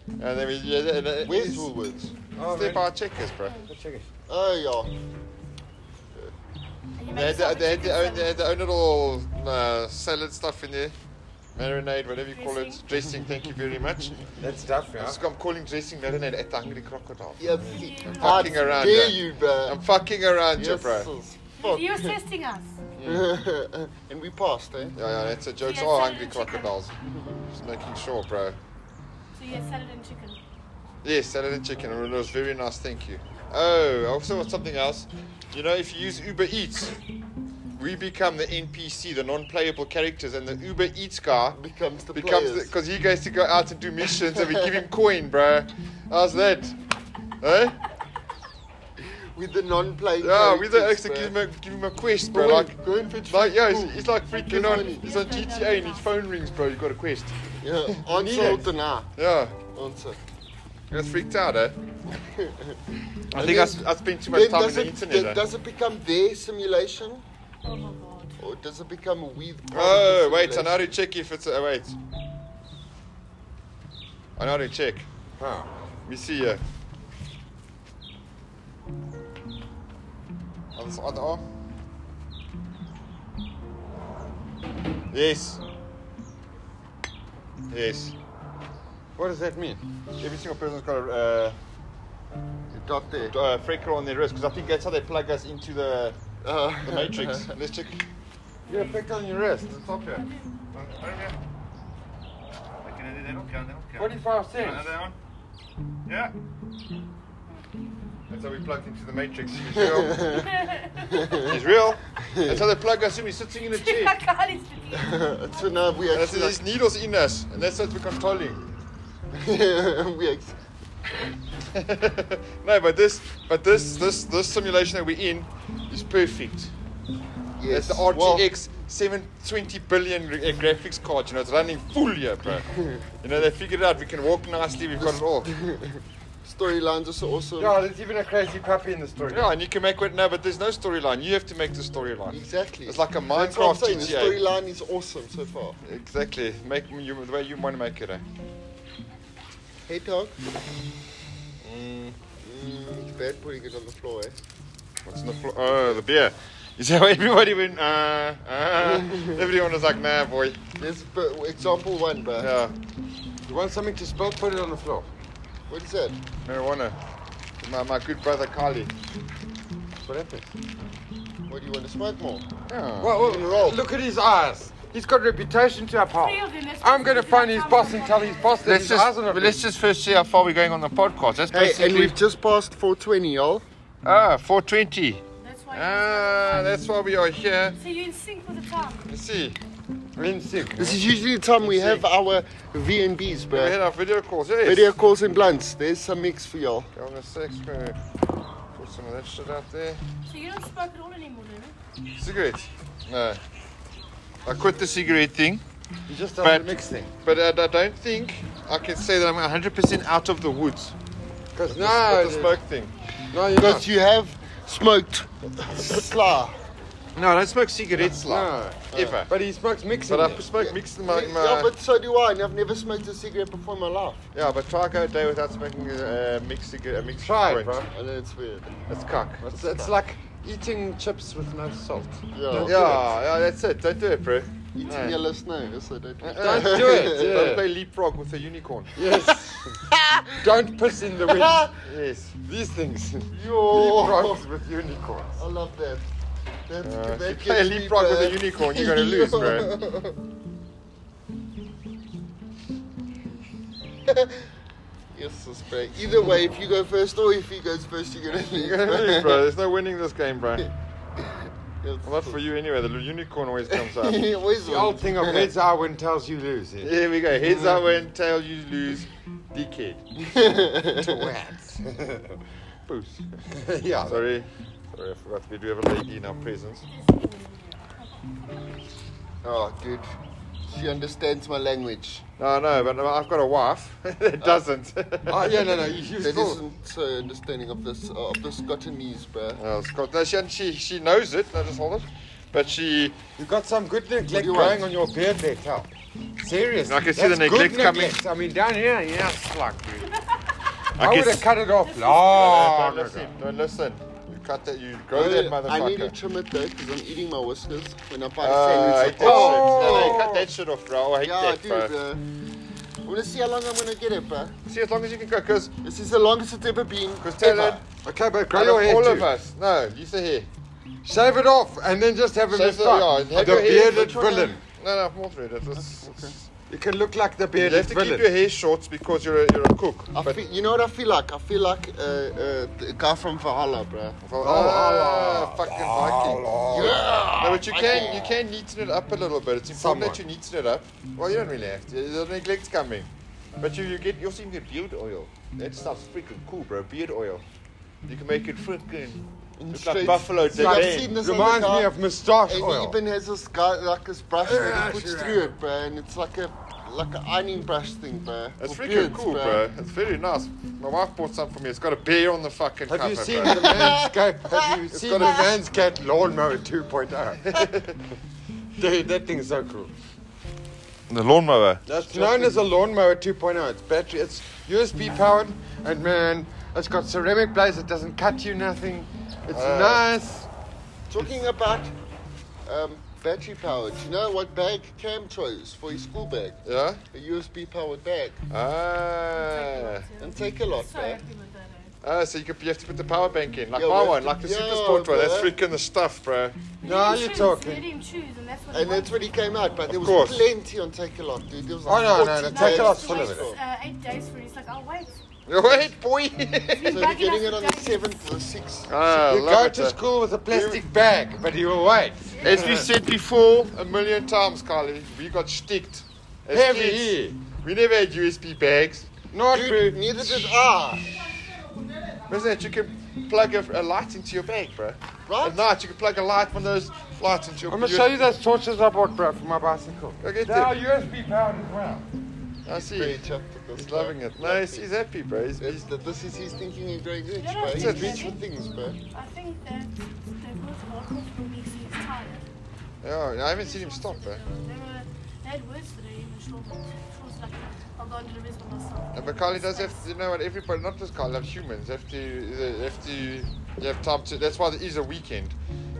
[SPEAKER 2] and then we yeah, and, uh,
[SPEAKER 1] Where's
[SPEAKER 2] it's-
[SPEAKER 1] Woolworths?
[SPEAKER 5] Oh,
[SPEAKER 2] Step
[SPEAKER 5] man.
[SPEAKER 2] out checkers, bro.
[SPEAKER 1] Oh, yeah.
[SPEAKER 3] And
[SPEAKER 2] They
[SPEAKER 3] you
[SPEAKER 2] had,
[SPEAKER 3] made
[SPEAKER 2] the-
[SPEAKER 3] yourself a
[SPEAKER 2] they, had
[SPEAKER 3] chicken
[SPEAKER 2] their own,
[SPEAKER 3] salad.
[SPEAKER 2] they had their own little uh, salad stuff in there, marinade, whatever you call it,
[SPEAKER 3] Dressing.
[SPEAKER 2] dressing. Thank you very much.
[SPEAKER 5] That's tough, yeah.
[SPEAKER 2] It's- I'm calling dressing marinade at the Hungry Crocodile.
[SPEAKER 1] Yeah,
[SPEAKER 3] I'm
[SPEAKER 2] fucking
[SPEAKER 1] how
[SPEAKER 2] around,
[SPEAKER 1] Dare
[SPEAKER 2] yeah.
[SPEAKER 1] you, bro?
[SPEAKER 2] I'm fucking around you,
[SPEAKER 1] Yes,
[SPEAKER 2] bro.
[SPEAKER 1] sis.
[SPEAKER 3] You're testing us.
[SPEAKER 1] and we passed, eh?
[SPEAKER 2] Yeah, yeah, that's a joke. It's
[SPEAKER 3] Yeah,
[SPEAKER 2] all
[SPEAKER 3] salad
[SPEAKER 2] Hungry
[SPEAKER 3] and chicken.
[SPEAKER 2] Crocodiles. Just making sure, bro.
[SPEAKER 3] So you had salad and chicken.
[SPEAKER 2] Yes, salad and chicken. It was very nice, thank you. Oh, I also want something else. You know, if you use Uber Eats, we become the NPC, the non-playable characters, and the Uber Eats guy
[SPEAKER 1] Becomes the
[SPEAKER 2] becomes
[SPEAKER 1] players.
[SPEAKER 2] because he goes to go out and do missions, and we give him coin, bro. How's that? Eh?
[SPEAKER 1] with the non-playing.
[SPEAKER 2] Yeah, we don't
[SPEAKER 1] characters,
[SPEAKER 2] actually give him
[SPEAKER 1] bruh.
[SPEAKER 2] a, give him a quest, bro.
[SPEAKER 1] Go
[SPEAKER 2] Like,
[SPEAKER 1] and- go and fetch
[SPEAKER 2] like
[SPEAKER 1] food.
[SPEAKER 2] yeah, he's, he's like freaking
[SPEAKER 1] Give
[SPEAKER 2] on.
[SPEAKER 1] money.
[SPEAKER 2] He's on GTA and his phone rings, bro. You got a quest.
[SPEAKER 1] Yeah, answer or
[SPEAKER 2] it.
[SPEAKER 1] deny.
[SPEAKER 2] Yeah,
[SPEAKER 1] Answer.
[SPEAKER 2] that's freaked out, eh? I
[SPEAKER 1] And
[SPEAKER 2] think I,
[SPEAKER 1] then-
[SPEAKER 2] s- I spent too much
[SPEAKER 1] Then
[SPEAKER 2] time on
[SPEAKER 1] does
[SPEAKER 2] the
[SPEAKER 1] it,
[SPEAKER 2] internet.
[SPEAKER 1] then
[SPEAKER 2] eh?
[SPEAKER 1] does it become their simulation,
[SPEAKER 3] Oh my god.
[SPEAKER 1] or does it become a weed?
[SPEAKER 2] Oh, wait, I know how to check if it's. Oh, wait. I know how to check.
[SPEAKER 5] Wow.
[SPEAKER 2] We see here. Oh, this other arm. Yes. Yes.
[SPEAKER 5] What does that mean?
[SPEAKER 2] Every single person's got a uh,
[SPEAKER 1] Dot there.
[SPEAKER 2] uh, freckle on their wrist because I think that's how they plug us into the,
[SPEAKER 1] Uh,
[SPEAKER 2] the matrix. Let's check.
[SPEAKER 5] You have a prick on your wrist.
[SPEAKER 2] Top here.
[SPEAKER 5] 45 cents.
[SPEAKER 2] Yeah. That's how we plugged into the matrix. He's real. He's real. That's how they plug us in. We're sitting in a chair.
[SPEAKER 3] Carly's looking at me.
[SPEAKER 1] so now we
[SPEAKER 2] That's
[SPEAKER 1] actually,
[SPEAKER 2] these needles in us, and that's what we're controlling.
[SPEAKER 1] we actually
[SPEAKER 2] no, but this, but this, this, this simulation that we're in is perfect.
[SPEAKER 1] yes.
[SPEAKER 2] It's the
[SPEAKER 1] Well,
[SPEAKER 2] RTX 720 billion r- uh, graphics card. You know, it's running full here, bro. you know, they figured it out. We can walk nicely. We've got it all.
[SPEAKER 1] storylines are so awesome.
[SPEAKER 5] Yeah, there's even a crazy puppy in the story.
[SPEAKER 2] Yeah, and you can make it. No, but there's no storyline. You have to make the storyline.
[SPEAKER 1] Exactly.
[SPEAKER 2] It's like a
[SPEAKER 1] That's what I'm
[SPEAKER 2] Minecraft
[SPEAKER 1] saying. The
[SPEAKER 2] GTA.
[SPEAKER 1] storyline is awesome so far.
[SPEAKER 2] Exactly. Make m- you, the way you want to make it. Eh?
[SPEAKER 1] Hey, dog. Mm, it's bad putting it on the floor, eh?
[SPEAKER 2] What's in the floor? Oh, the beer. You see how everybody went, uh, uh. Everyone was like, nah, boy.
[SPEAKER 1] There's b- example one, bro.
[SPEAKER 2] Yeah,
[SPEAKER 5] You want something to spill? Put it on the floor.
[SPEAKER 1] What is that?
[SPEAKER 2] marijuana. My, my good brother, Carly.
[SPEAKER 5] What happened?
[SPEAKER 1] What do you want to smoke more?
[SPEAKER 2] Yeah.
[SPEAKER 5] Well, well, look at his eyes. He's got a reputation to uphold.
[SPEAKER 3] Three of them, that's
[SPEAKER 5] I'm going to
[SPEAKER 3] what we do.
[SPEAKER 5] phone his boss and tell his boss that
[SPEAKER 2] Let's
[SPEAKER 5] his eyes
[SPEAKER 2] just,
[SPEAKER 5] are not
[SPEAKER 2] let's just first see how far we're going on the podcast. That's
[SPEAKER 1] Hey, and
[SPEAKER 2] basically
[SPEAKER 1] we've just passed 420, y'all.
[SPEAKER 2] ah, 420.
[SPEAKER 3] That's why.
[SPEAKER 5] Uh,
[SPEAKER 2] Ah, that's why we are here.
[SPEAKER 3] So you're in sync with the time.
[SPEAKER 2] You see,
[SPEAKER 5] in sync.
[SPEAKER 1] This is usually the time we
[SPEAKER 2] Let's
[SPEAKER 1] have our VNBs,
[SPEAKER 2] we had
[SPEAKER 1] bro.
[SPEAKER 2] our video calls. Yes.
[SPEAKER 1] Video calls and blunts. There's some mix for y'all.
[SPEAKER 2] Go on the six. We're gonna put some of that shit out there.
[SPEAKER 3] So you don't smoke at all anymore, do you?
[SPEAKER 2] Cigarettes? No. I quit the cigarette thing,
[SPEAKER 5] You just
[SPEAKER 2] But-
[SPEAKER 5] done the mix thing.
[SPEAKER 2] but I, I don't think I can say that I'm 100% out of the woods.
[SPEAKER 5] Because
[SPEAKER 2] with
[SPEAKER 5] no,
[SPEAKER 2] the smoke thing.
[SPEAKER 5] no, you're
[SPEAKER 1] Because
[SPEAKER 5] not.
[SPEAKER 1] you have smoked sla.
[SPEAKER 2] No, I don't smoke cigarettes, like,
[SPEAKER 5] No,
[SPEAKER 2] ever.
[SPEAKER 5] but he smokes mixing.
[SPEAKER 2] But I
[SPEAKER 5] it.
[SPEAKER 2] smoke mixed in my, my
[SPEAKER 1] Yeah, but so do I, and I've never smoked a cigarette before in my life.
[SPEAKER 2] yeah, but try go a day without smoking a, a mixed cigarette, a mixed
[SPEAKER 5] Try it,
[SPEAKER 2] joint.
[SPEAKER 5] bro.
[SPEAKER 1] I know it's weird.
[SPEAKER 2] That's cock.
[SPEAKER 5] It's, it's like eating chips with no salt.
[SPEAKER 1] Yeah.
[SPEAKER 2] yeah, yeah, that's it. Don't do it, bro.
[SPEAKER 1] Eating
[SPEAKER 2] No.
[SPEAKER 1] yellow snow. Yes, I don't.
[SPEAKER 5] Don't do it. Yeah.
[SPEAKER 2] Don't play leapfrog with a unicorn.
[SPEAKER 5] Yes. Don't piss in the wind.
[SPEAKER 2] Yes.
[SPEAKER 5] These things.
[SPEAKER 1] Yo,
[SPEAKER 5] Leapfrogs with unicorns.
[SPEAKER 1] I love that. That,
[SPEAKER 2] Uh,
[SPEAKER 1] that
[SPEAKER 2] if you play
[SPEAKER 1] gets me,
[SPEAKER 2] leapfrog with
[SPEAKER 1] bro.
[SPEAKER 2] a unicorn, you're gonna lose, bro.
[SPEAKER 1] Yes, it's bro. Either way, if you go first or if he goes first, you're gonna lose.
[SPEAKER 2] You're gonna lose, bro. There's no winning this game, bro.
[SPEAKER 1] Yes.
[SPEAKER 2] Well, not for you anyway. The unicorn always comes up.
[SPEAKER 1] He always
[SPEAKER 5] The old
[SPEAKER 1] wins.
[SPEAKER 5] thing of heads I win, tails you lose. eh? is-
[SPEAKER 2] Here we go. Heads I win, tail you lose. Dickhead.
[SPEAKER 5] Twats.
[SPEAKER 2] Boos.
[SPEAKER 5] yeah.
[SPEAKER 2] Sorry. Sorry, I forgot. We do have a lady in our presence.
[SPEAKER 1] Oh, dude, she understands my language.
[SPEAKER 2] No, no, but I've got a wife
[SPEAKER 5] Uh,
[SPEAKER 2] that doesn't.
[SPEAKER 5] Oh, yeah, no, no. You, you
[SPEAKER 1] That
[SPEAKER 5] still,
[SPEAKER 1] isn't so understanding of this uh, of this Scotlandese, bro.
[SPEAKER 2] Oh, Scott. No, she, and she, she knows it. No, just hold it. But she.
[SPEAKER 5] you got some good neglect
[SPEAKER 1] you
[SPEAKER 5] going
[SPEAKER 1] want?
[SPEAKER 5] on your beard there, Cal. Seriously.
[SPEAKER 2] I can see the
[SPEAKER 5] that's
[SPEAKER 2] neglect
[SPEAKER 5] good
[SPEAKER 2] coming.
[SPEAKER 5] neglect. I mean, down here, yeah, slack, dude. I,
[SPEAKER 2] guess-
[SPEAKER 5] would have cut it off
[SPEAKER 2] Oh,
[SPEAKER 5] long
[SPEAKER 2] don't listen.
[SPEAKER 5] ago.
[SPEAKER 2] Don't listen. You cut that. You grow that motherfucker.
[SPEAKER 1] I need to trim it though because I'm eating my whiskers when I buy Oh! a
[SPEAKER 2] Uh, I Oh! hate
[SPEAKER 1] sandwich.
[SPEAKER 2] that shit. No, no, cut that shit off, bro. I hate
[SPEAKER 1] yeah,
[SPEAKER 2] that,
[SPEAKER 1] dude,
[SPEAKER 2] bro.
[SPEAKER 1] bro. I'm gonna see how long I'm gonna get it, bro.
[SPEAKER 2] See, as long as you can go, because
[SPEAKER 1] This is the longest it's ever been.
[SPEAKER 2] Taylor,
[SPEAKER 5] Okay, but grow
[SPEAKER 2] out
[SPEAKER 5] your
[SPEAKER 2] of
[SPEAKER 5] hair
[SPEAKER 2] all
[SPEAKER 5] too.
[SPEAKER 2] of us, no, use the hair.
[SPEAKER 5] Shave it off and then just have him
[SPEAKER 2] Shave
[SPEAKER 5] as
[SPEAKER 2] the-
[SPEAKER 5] the,
[SPEAKER 2] yeah, have
[SPEAKER 5] the
[SPEAKER 2] your hair-
[SPEAKER 5] bearded villain.
[SPEAKER 2] No, no, I'm all through that. That's, that's-
[SPEAKER 5] You can look like the
[SPEAKER 2] You
[SPEAKER 5] bearded
[SPEAKER 2] have to keep
[SPEAKER 5] villain.
[SPEAKER 2] your hair short because you're a, you're a cook.
[SPEAKER 1] I
[SPEAKER 2] But,
[SPEAKER 1] feel, you know what I feel like? I feel like uh, uh, the guy from Valhalla, bro.
[SPEAKER 2] oh,
[SPEAKER 5] Allah.
[SPEAKER 2] fucking Viking.
[SPEAKER 1] Yeah.
[SPEAKER 2] No, but you can you can neaten it up a little bit. It's important that you neaten it up. Well, you don't really have to. The neglect's coming, but you you get you also get beard oil. That stuff's freaking cool, bro. Beard oil. You can make it freaking look like
[SPEAKER 1] straight-
[SPEAKER 2] buffalo
[SPEAKER 1] See, I've
[SPEAKER 2] today.
[SPEAKER 1] seen this other
[SPEAKER 5] Reminds
[SPEAKER 1] guy,
[SPEAKER 5] me of moustache
[SPEAKER 1] And he
[SPEAKER 5] oil.
[SPEAKER 1] even has this guy like this brush that
[SPEAKER 5] Yeah,
[SPEAKER 1] he puts
[SPEAKER 5] sure.
[SPEAKER 1] through it, bro, and it's like a like an ironing brush thing, bro.
[SPEAKER 2] That's
[SPEAKER 1] For
[SPEAKER 2] freaking
[SPEAKER 1] beards,
[SPEAKER 2] cool, bro. It's very nice. My wife bought some for me. It's got a bear on the fucking
[SPEAKER 5] Have
[SPEAKER 2] cover,
[SPEAKER 5] you seen
[SPEAKER 2] bro.
[SPEAKER 5] the Manscaped? Have you seen the
[SPEAKER 2] got a-
[SPEAKER 5] Manscaped lawnmower oh?
[SPEAKER 2] oh.
[SPEAKER 5] 2.0? Dude, that thing's so cool.
[SPEAKER 2] the lawnmower?
[SPEAKER 5] That's known as a lawnmower 2.0. It's battery, it's
[SPEAKER 2] Mm.
[SPEAKER 5] USB powered, and man, it's got ceramic blades. It doesn't cut you nothing. It's
[SPEAKER 2] Uh,
[SPEAKER 5] nice.
[SPEAKER 1] Talking about um, battery powered, do you know what bag Cam chose for his school bag?
[SPEAKER 2] Yeah.
[SPEAKER 1] A USB powered bag.
[SPEAKER 2] Ah.
[SPEAKER 1] And take a lot,
[SPEAKER 6] So
[SPEAKER 1] bro.
[SPEAKER 6] happy with that. eh?
[SPEAKER 2] Ah, so you, could, you have to put the power bank in, like
[SPEAKER 1] Yeah, we
[SPEAKER 2] my
[SPEAKER 1] have
[SPEAKER 2] one,
[SPEAKER 1] to-
[SPEAKER 2] like the
[SPEAKER 1] yeah,
[SPEAKER 2] Super Sport one. That's
[SPEAKER 1] bro.
[SPEAKER 2] freaking the stuff, bro.
[SPEAKER 5] No,
[SPEAKER 6] Let him
[SPEAKER 5] you're
[SPEAKER 6] choose, Let
[SPEAKER 5] talking.
[SPEAKER 6] him choose, and that's what. he
[SPEAKER 1] And that's when he came out, but there was
[SPEAKER 2] course.
[SPEAKER 1] plenty on Take a Lot, dude. There was
[SPEAKER 5] Oh,
[SPEAKER 1] like
[SPEAKER 5] no, no,
[SPEAKER 1] 40
[SPEAKER 5] no,
[SPEAKER 6] wants.
[SPEAKER 1] bags.
[SPEAKER 5] Take a
[SPEAKER 6] He
[SPEAKER 5] Lot full of
[SPEAKER 6] waits,
[SPEAKER 5] it.
[SPEAKER 6] Uh, eight days for it. He's like, I'll wait.
[SPEAKER 2] Wait, boy.
[SPEAKER 1] So we're getting it on the 7th or 6th.
[SPEAKER 2] ah,
[SPEAKER 5] You
[SPEAKER 2] love
[SPEAKER 5] go
[SPEAKER 2] it,
[SPEAKER 5] to
[SPEAKER 2] eh?
[SPEAKER 5] school with a plastic bag, but you'll wait.
[SPEAKER 2] As we said before a million times, Carly, we got sticked. As
[SPEAKER 5] Heavy.
[SPEAKER 2] kids, we never had USB bags.
[SPEAKER 5] Not
[SPEAKER 1] Dude, neither did I.
[SPEAKER 2] Isn't it? You can plug a, a light into your bag, bro.
[SPEAKER 1] Right.
[SPEAKER 2] At night, you can plug a light from those lights into your
[SPEAKER 5] I'm gonna show you those torches I bought, bro, for my bicycle.
[SPEAKER 2] Go get
[SPEAKER 5] Now
[SPEAKER 2] them.
[SPEAKER 5] USB powered as well.
[SPEAKER 2] I see.
[SPEAKER 1] Pretty chuffed with this,
[SPEAKER 2] He's
[SPEAKER 1] bro.
[SPEAKER 2] loving it. No, he's, he's happy, bro. He's,
[SPEAKER 1] It's
[SPEAKER 2] he's,
[SPEAKER 1] that this is his thinking and growing rich,
[SPEAKER 6] No, no,
[SPEAKER 1] bro.
[SPEAKER 6] it's
[SPEAKER 1] He's
[SPEAKER 6] okay.
[SPEAKER 1] rich for things, bro.
[SPEAKER 6] I think that they both work off for weeks. He's tired.
[SPEAKER 2] yeah, oh, I haven't seen him stop, bro.
[SPEAKER 6] They were. They had words today in the short. It was like, I'll go into the rest by myself.
[SPEAKER 2] No, but Carly does have to, you know what, everybody, not just Carly, like humans, have to, they have to, you have time to, that's why there is a weekend.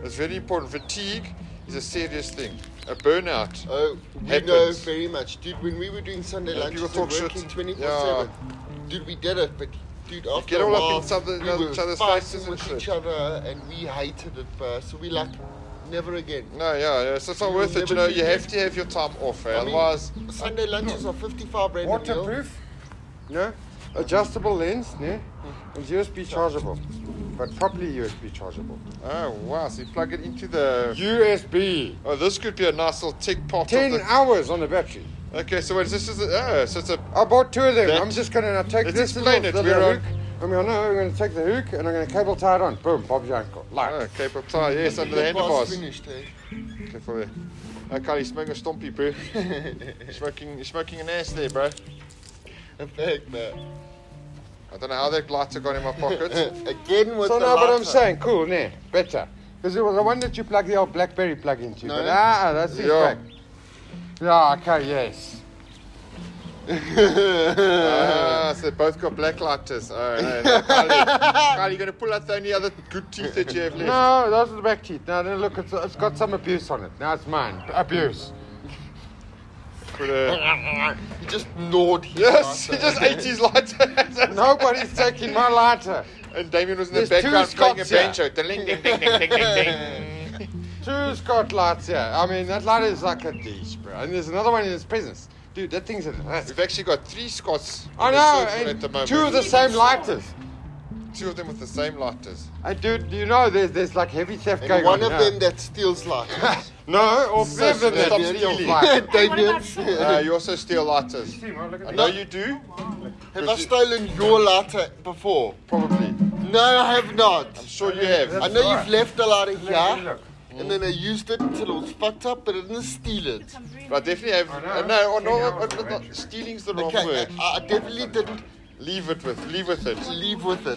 [SPEAKER 2] It's very important. Fatigue is a serious thing. A burnout.
[SPEAKER 1] Oh, we know
[SPEAKER 2] Happens.
[SPEAKER 1] very much, dude. When we were doing Sunday
[SPEAKER 2] Yeah,
[SPEAKER 1] lunches
[SPEAKER 2] people
[SPEAKER 1] and
[SPEAKER 2] talk shit.
[SPEAKER 1] working twenty four
[SPEAKER 2] Yeah.
[SPEAKER 1] seven, dude, we did it. But dude, after
[SPEAKER 2] get
[SPEAKER 1] a
[SPEAKER 2] all up
[SPEAKER 1] while,
[SPEAKER 2] in some-
[SPEAKER 1] we
[SPEAKER 2] each
[SPEAKER 1] were
[SPEAKER 2] other's
[SPEAKER 1] fighting
[SPEAKER 2] faces and
[SPEAKER 1] with
[SPEAKER 2] shit.
[SPEAKER 1] each other, and we hated it, bro. So we like never again.
[SPEAKER 2] No, yeah, yeah, so it's not worth it, you know, you have to have your time off, eh?
[SPEAKER 1] I mean,
[SPEAKER 2] otherwise,
[SPEAKER 1] Sunday lunches are fifty five rand. a meal.
[SPEAKER 5] Waterproof, no, adjustable lens, no, and USB chargeable, but properly USB chargeable.
[SPEAKER 2] oh wow, so you plug it into the,
[SPEAKER 5] USB.
[SPEAKER 2] oh, this could be a nice little tick pot
[SPEAKER 5] Ten
[SPEAKER 2] of the,
[SPEAKER 5] hours on the battery.
[SPEAKER 2] okay, so wait, this is, a, oh, so it's a,
[SPEAKER 5] I bought two of them.
[SPEAKER 2] That-
[SPEAKER 5] I'm just gonna now take
[SPEAKER 2] Let's
[SPEAKER 5] this and
[SPEAKER 2] explain
[SPEAKER 5] off,
[SPEAKER 2] it.
[SPEAKER 5] the- the
[SPEAKER 2] We're on-
[SPEAKER 5] hook. I mean, I know I'm gonna take the hook and I'm gonna cable tie it on. Boom, Bob's your uncle. Like.
[SPEAKER 2] oh, okay, but tie, yes, under the
[SPEAKER 1] Your pass
[SPEAKER 2] handlebars.
[SPEAKER 1] finished, eh?
[SPEAKER 2] Okay, for you. Oh, Carly, smoking a stompy, bro. smoking, you're smoking an ass there, bro.
[SPEAKER 1] In fact, bro.
[SPEAKER 2] I don't know how that lighter got in my pocket.
[SPEAKER 1] Again with
[SPEAKER 5] So
[SPEAKER 1] the
[SPEAKER 5] no, but I'm
[SPEAKER 1] lighter.
[SPEAKER 5] saying cool, nah, better. Because it was the one that you plug the old BlackBerry plug into.
[SPEAKER 1] No.
[SPEAKER 5] But ah, ah, that's it.
[SPEAKER 2] Yeah.
[SPEAKER 5] Yeah. yeah. Okay. Yes.
[SPEAKER 2] ah, so they both got black lighters. Oh, no, no. Carly, Carly, you're going to pull out the only other good teeth that you have left.
[SPEAKER 5] No, those are the back teeth. No, no, look, it's, it's got some abuse on it. Now it's mine. Abuse.
[SPEAKER 2] Put a-
[SPEAKER 1] he just gnawed. His
[SPEAKER 2] yes, he
[SPEAKER 1] lighter.
[SPEAKER 2] just ate his lighter.
[SPEAKER 5] Nobody's taking my lighter.
[SPEAKER 2] and Damien was in the
[SPEAKER 5] There's two
[SPEAKER 2] background playing a
[SPEAKER 5] Scots here.
[SPEAKER 2] banjo. Ding, ding, ding, ding, ding, ding, ding.
[SPEAKER 5] Two Scott lights here. I mean, that lighter is like a dish, bro. And there's another one in his presence. Dude, that thing's a rat.
[SPEAKER 2] We've actually got three Scots
[SPEAKER 5] I
[SPEAKER 2] in the
[SPEAKER 5] know,
[SPEAKER 2] circle at the
[SPEAKER 5] and
[SPEAKER 2] moment.
[SPEAKER 5] two of the same lighters.
[SPEAKER 2] Two of them with the same lighters.
[SPEAKER 5] And dude, you know there's there's like heavy theft
[SPEAKER 1] And
[SPEAKER 5] going
[SPEAKER 1] one of
[SPEAKER 5] on. now.
[SPEAKER 1] them that steals lighters.
[SPEAKER 5] No, or three of them
[SPEAKER 2] Stop
[SPEAKER 5] that steal
[SPEAKER 2] stealing.
[SPEAKER 5] light.
[SPEAKER 1] they
[SPEAKER 3] What
[SPEAKER 1] did.
[SPEAKER 3] about Sean?
[SPEAKER 2] Uh, you also steal lighters. I know you do.
[SPEAKER 1] Have I stolen your lighter before?
[SPEAKER 2] Probably.
[SPEAKER 1] No, I have not.
[SPEAKER 2] I'm sure you have.
[SPEAKER 1] I know
[SPEAKER 4] right.
[SPEAKER 1] you've left a lighter
[SPEAKER 4] Let me
[SPEAKER 1] here,
[SPEAKER 4] look.
[SPEAKER 1] and then I used it until it was fucked up, but I didn't steal it.
[SPEAKER 3] Some really
[SPEAKER 2] But I definitely have.
[SPEAKER 4] I know.
[SPEAKER 2] Uh, no, or no,
[SPEAKER 4] Yeah,
[SPEAKER 2] or- or-
[SPEAKER 4] I'm
[SPEAKER 2] or-
[SPEAKER 4] right.
[SPEAKER 2] stealing's the wrong
[SPEAKER 1] Okay,
[SPEAKER 2] word.
[SPEAKER 1] I, I definitely didn't
[SPEAKER 2] Leave it with. Leave with it.
[SPEAKER 1] leave with it.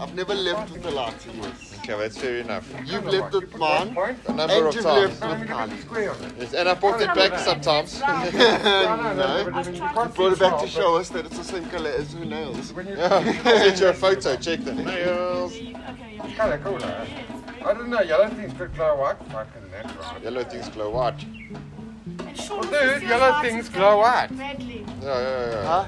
[SPEAKER 1] I've never left with a lighter. Yes.
[SPEAKER 2] Okay, that's fair enough.
[SPEAKER 1] You've left with mine,
[SPEAKER 4] Point.
[SPEAKER 2] A number
[SPEAKER 1] and
[SPEAKER 2] of
[SPEAKER 1] you've left
[SPEAKER 2] times.
[SPEAKER 4] Let
[SPEAKER 1] with
[SPEAKER 4] me look at
[SPEAKER 1] mine.
[SPEAKER 4] the square of it.
[SPEAKER 2] Yes, and I brought it back sometimes.
[SPEAKER 3] brown.
[SPEAKER 4] No, no, no. You can't
[SPEAKER 1] Brought it back to
[SPEAKER 4] see
[SPEAKER 1] show us that it's the same color as her nails.
[SPEAKER 4] When you
[SPEAKER 2] I sent you a photo. Check the nails.
[SPEAKER 6] Okay, yeah.
[SPEAKER 4] color cooler. I don't know. Yellow things could glow white. Fucking that's right.
[SPEAKER 2] Yellow things glow white.
[SPEAKER 3] And Sean
[SPEAKER 5] Well,
[SPEAKER 3] refused
[SPEAKER 5] dude, yellow
[SPEAKER 3] lights
[SPEAKER 5] things
[SPEAKER 3] and
[SPEAKER 5] glow
[SPEAKER 3] done
[SPEAKER 5] white.
[SPEAKER 3] badly.
[SPEAKER 2] Yeah, yeah, yeah.
[SPEAKER 1] Huh?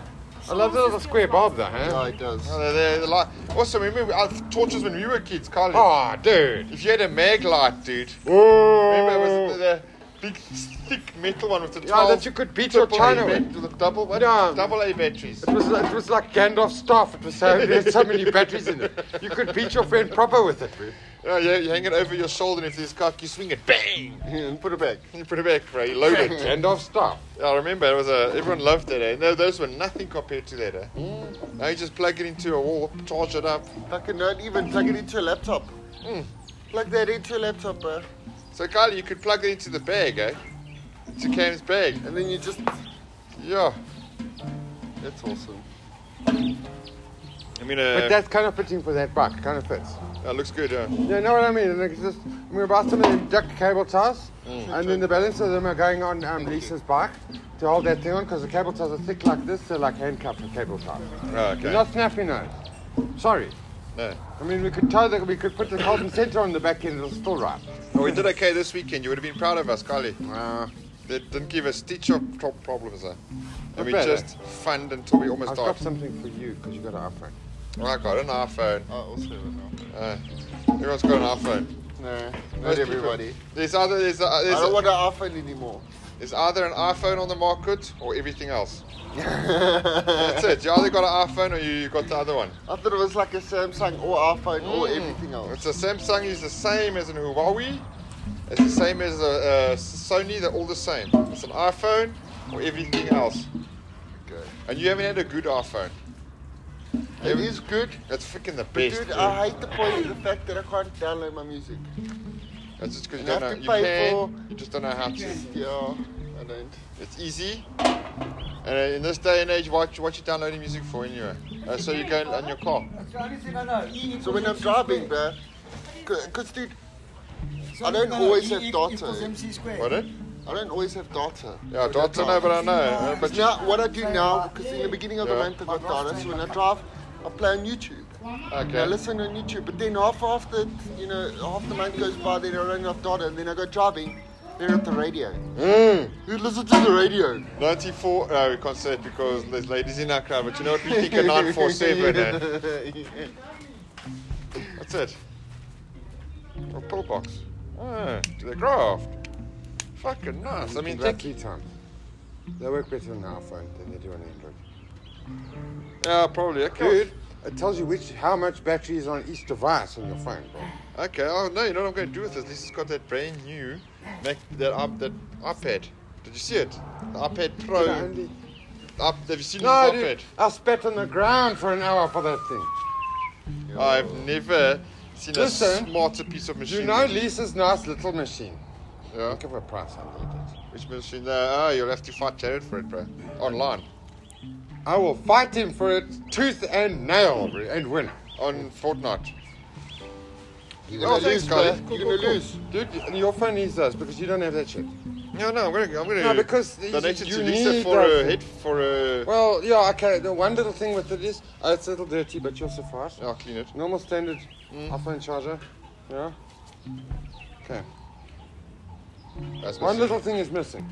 [SPEAKER 5] I love the little square bob though,
[SPEAKER 1] No,
[SPEAKER 5] huh?
[SPEAKER 1] it does.
[SPEAKER 2] Oh, they're, they're like, also, remember our torches when we were kids, Carly?
[SPEAKER 5] Oh, dude.
[SPEAKER 2] If you had a mag light, dude, remember it was
[SPEAKER 5] Oh.
[SPEAKER 2] the big, thick metal one with the 12
[SPEAKER 5] Yeah, that you could beat your
[SPEAKER 2] triple A
[SPEAKER 5] China
[SPEAKER 2] bat-
[SPEAKER 5] with.
[SPEAKER 2] with the double, what?
[SPEAKER 5] Yeah.
[SPEAKER 2] double A batteries.
[SPEAKER 5] It was, it was like Gandalf's staff. It was so, it had so many batteries in it. You could beat your friend proper with it. dude.
[SPEAKER 2] Oh, Yeah, you, you hang it over your shoulder, and if there's cock, you swing it, bang!
[SPEAKER 1] And put it back.
[SPEAKER 2] You put it back, bro, you load it.
[SPEAKER 5] Gandalf's staff.
[SPEAKER 2] I remember, it was a, everyone loved that, eh? No, those were nothing compared to that, eh?
[SPEAKER 1] Mm.
[SPEAKER 2] Now you just plug it into a wall, charge it up.
[SPEAKER 1] Fucking not even plug it into a laptop.
[SPEAKER 2] Hmm.
[SPEAKER 1] Plug that into a laptop, bro.
[SPEAKER 2] So, Carly, you could plug it into the bag, eh? To Cam's bag.
[SPEAKER 1] And then you just.
[SPEAKER 2] Yeah.
[SPEAKER 1] That's awesome.
[SPEAKER 2] I mean,
[SPEAKER 5] But
[SPEAKER 2] uh,
[SPEAKER 5] that's kind of fitting for that bike. Kind of fits.
[SPEAKER 2] that looks good, huh?
[SPEAKER 5] You know what I mean? Like, it's just, we were buying some of the duck cable ties, and then the balance of them are going on um, Lisa's bike to hold that thing on because the cable ties are thick like this, they're like handcuffed for cable ties.
[SPEAKER 2] Right, Oh, okay.
[SPEAKER 5] They're not snappy nose. Sorry.
[SPEAKER 2] No.
[SPEAKER 5] I mean, we could tie that, we could put the carbon center on the back end, it'll still ride.
[SPEAKER 2] Oh, we did okay this weekend. You would have been proud of us, Carly.
[SPEAKER 5] Uh,
[SPEAKER 2] They didn't give us stitch of pro- problems, eh?
[SPEAKER 5] Not
[SPEAKER 2] And we
[SPEAKER 5] bad, eh?
[SPEAKER 2] just funned until we almost
[SPEAKER 5] I've
[SPEAKER 2] died.
[SPEAKER 5] got something for you because you got an iPhone.
[SPEAKER 2] Oh, I got an iPhone.
[SPEAKER 1] I Oh, also have it
[SPEAKER 2] Uh, everyone's got an iPhone.
[SPEAKER 1] now. No,
[SPEAKER 2] Most
[SPEAKER 1] not
[SPEAKER 2] people-
[SPEAKER 1] everybody.
[SPEAKER 2] There's either there's, a,
[SPEAKER 1] I
[SPEAKER 2] there's,
[SPEAKER 1] don't
[SPEAKER 2] a-
[SPEAKER 1] want an iPhone anymore.
[SPEAKER 2] there's either an iPhone on the market or everything else. That's it. You either got an iPhone or you, you got the other one.
[SPEAKER 1] I thought it was like a Samsung or iPhone or
[SPEAKER 2] Hmm.
[SPEAKER 1] everything else.
[SPEAKER 2] It's a Samsung is the same as an Huawei. It's the same as a, a Sony. They're all the same. It's an iPhone or everything else.
[SPEAKER 1] Okay.
[SPEAKER 2] And you haven't had a good iPhone.
[SPEAKER 1] It is good.
[SPEAKER 2] That's freaking the
[SPEAKER 1] But
[SPEAKER 2] best.
[SPEAKER 1] dude,
[SPEAKER 2] dude.
[SPEAKER 1] I hate the point of the fact that I can't download my music.
[SPEAKER 2] That's just because you
[SPEAKER 1] You
[SPEAKER 2] don't know.
[SPEAKER 1] have to
[SPEAKER 2] You
[SPEAKER 1] pay
[SPEAKER 2] can,
[SPEAKER 1] for-
[SPEAKER 2] you just don't know how to.
[SPEAKER 1] Yeah, I don't.
[SPEAKER 2] It's easy. And uh, in this day and age, what, what you downloading music for anyway? Uh, so you go on your car.
[SPEAKER 1] So when I'm driving, bruh, because dude, I don't always have data.
[SPEAKER 2] Got it?
[SPEAKER 1] I don't always have data.
[SPEAKER 2] Yeah,
[SPEAKER 1] When I
[SPEAKER 2] Dota, no,
[SPEAKER 1] drive.
[SPEAKER 2] but I know. Uh, but
[SPEAKER 1] But now, what I do now, because in the beginning of the
[SPEAKER 2] Yeah.
[SPEAKER 1] month I got data, so when I drive, I play on YouTube. And I
[SPEAKER 2] okay.
[SPEAKER 1] listen on YouTube, but then half after, you know, half the month goes by, then I run out of data, and then I go driving, then at the radio.
[SPEAKER 2] Mm,
[SPEAKER 1] Who listens to the radio?
[SPEAKER 2] 94, no, we can't say it uh, because there's ladies in our crowd, but you know what we think of 947, eh? That's it. A pillbox. Ah, to the craft. Fucking nice. I mean,
[SPEAKER 5] Like
[SPEAKER 2] tech.
[SPEAKER 5] key times. They work better on an iPhone than they do on Android.
[SPEAKER 2] Yeah, probably. Okay.
[SPEAKER 5] Dude, it tells you which how much battery is on each device on your phone, bro.
[SPEAKER 2] Okay. Oh no, you know what I'm going to do with this? This has got that brand new Mac, that up that iPad. Did you see it? The iPad Pro.
[SPEAKER 5] You know, only-
[SPEAKER 2] Up, have you seen
[SPEAKER 5] No,
[SPEAKER 2] this iPad?
[SPEAKER 5] dude, I spat on the ground for an hour for that thing.
[SPEAKER 2] I've never seen
[SPEAKER 5] Listen,
[SPEAKER 2] a smarter piece of
[SPEAKER 5] Do
[SPEAKER 2] machine.
[SPEAKER 5] you know Lisa's nice little machine?
[SPEAKER 2] yeah.
[SPEAKER 5] Think of a price I need it.
[SPEAKER 2] Which machine? There? Oh, you'll have to fight Jared for it, bro. Online,
[SPEAKER 5] I will fight him for it, tooth and nail, bro, and win.
[SPEAKER 2] on Fortnite.
[SPEAKER 1] You're
[SPEAKER 2] Oh,
[SPEAKER 1] gonna
[SPEAKER 2] thanks,
[SPEAKER 1] lose,
[SPEAKER 2] Carly.
[SPEAKER 1] bruh.
[SPEAKER 2] Cool,
[SPEAKER 1] You're
[SPEAKER 2] cool,
[SPEAKER 1] gonna
[SPEAKER 2] cool.
[SPEAKER 1] lose.
[SPEAKER 5] Dude, your phone needs those because you don't have that shit.
[SPEAKER 2] No, no, I'm gonna, I'm gonna.
[SPEAKER 5] No, because you-
[SPEAKER 2] donate it
[SPEAKER 5] you
[SPEAKER 2] to Lisa
[SPEAKER 5] need
[SPEAKER 2] for a
[SPEAKER 5] that.
[SPEAKER 2] head for a.
[SPEAKER 5] Well, yeah, okay. The one little thing with it is, oh, it's a little dirty, but you'll suffice.
[SPEAKER 2] I'll clean it.
[SPEAKER 5] Oh, Normal standard
[SPEAKER 2] Mm.
[SPEAKER 5] iPhone charger. Yeah. Okay.
[SPEAKER 2] That's
[SPEAKER 5] One
[SPEAKER 2] missing.
[SPEAKER 5] little thing is missing.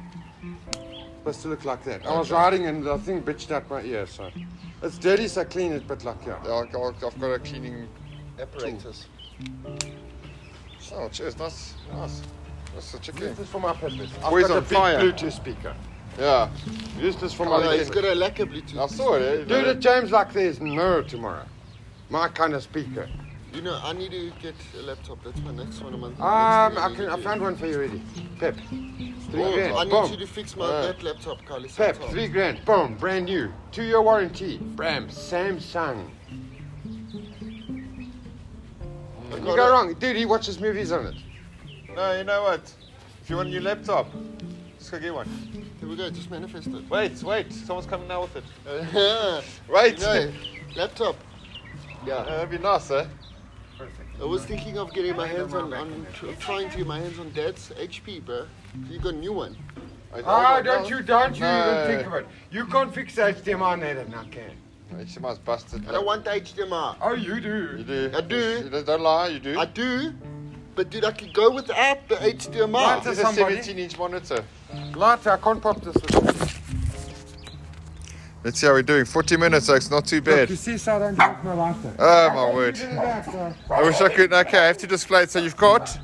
[SPEAKER 5] Supposed to look like that. I was
[SPEAKER 2] Okay.
[SPEAKER 5] riding and the thing bitched out my ear, so it's dirty, so clean it, but like yeah.
[SPEAKER 2] I'll, I'll, I've got a cleaning.
[SPEAKER 1] Apparatus.
[SPEAKER 2] Oh, cheers. Nice, nice. That's a chicken.
[SPEAKER 5] This is for my purpose. I've
[SPEAKER 2] Boys
[SPEAKER 5] got
[SPEAKER 2] on
[SPEAKER 5] a
[SPEAKER 2] fire.
[SPEAKER 5] big Bluetooth speaker.
[SPEAKER 2] Yeah.
[SPEAKER 5] Useless for my
[SPEAKER 1] Oh, no,
[SPEAKER 5] liking.
[SPEAKER 1] he's got a lack of
[SPEAKER 2] I
[SPEAKER 1] Bluetooth.
[SPEAKER 2] saw it. eh?
[SPEAKER 5] Dude, it James like there's no tomorrow. My kind of speaker.
[SPEAKER 1] You know, I need to get a laptop. That's my next one. a month.
[SPEAKER 5] Um, I can. I found one for you already. Pep. Three grand.
[SPEAKER 1] I need
[SPEAKER 5] Boom. Uh.
[SPEAKER 1] you to fix my that laptop, Carly.
[SPEAKER 5] Pep.
[SPEAKER 1] sometime.
[SPEAKER 5] Three grand. Boom. Brand new. Two-year warranty. Bram. Samsung.
[SPEAKER 1] I
[SPEAKER 5] You go wrong, dude. He watches movies on it.
[SPEAKER 2] No, you know what? If you want a new laptop, just go get one.
[SPEAKER 1] Here we go. Just manifest it.
[SPEAKER 2] Wait, wait. Someone's coming now with it.
[SPEAKER 5] Uh.
[SPEAKER 1] right.
[SPEAKER 2] Right.
[SPEAKER 1] No, laptop.
[SPEAKER 2] Uh, that'd be nice, eh?
[SPEAKER 1] I was thinking of getting my hands on, on tr- trying to get my hands on Dad's HP, bro. You got a new one.
[SPEAKER 5] Ah, don't you, don't you
[SPEAKER 2] No.
[SPEAKER 5] even think of it. You can't fix the HDMI native, now can.
[SPEAKER 2] HDMI's busted.
[SPEAKER 1] I don't want the HDMI.
[SPEAKER 5] Oh, you
[SPEAKER 2] You
[SPEAKER 5] do.
[SPEAKER 2] do.
[SPEAKER 1] I do.
[SPEAKER 2] You don't lie, you do.
[SPEAKER 1] I do, but dude, I could go without the HDMI.
[SPEAKER 5] Right.
[SPEAKER 2] This
[SPEAKER 5] to
[SPEAKER 2] is a
[SPEAKER 5] somebody.
[SPEAKER 2] 17 inch monitor.
[SPEAKER 5] Lighter, I can't pop this. With
[SPEAKER 2] Let's see how we're doing. 40 minutes, so it's not too
[SPEAKER 5] Look,
[SPEAKER 2] bad.
[SPEAKER 5] you see, so I don't drink my lighter.
[SPEAKER 2] Oh, my word.
[SPEAKER 5] Put it back, so-
[SPEAKER 2] I wish I could. Okay, I have to display it. So you've got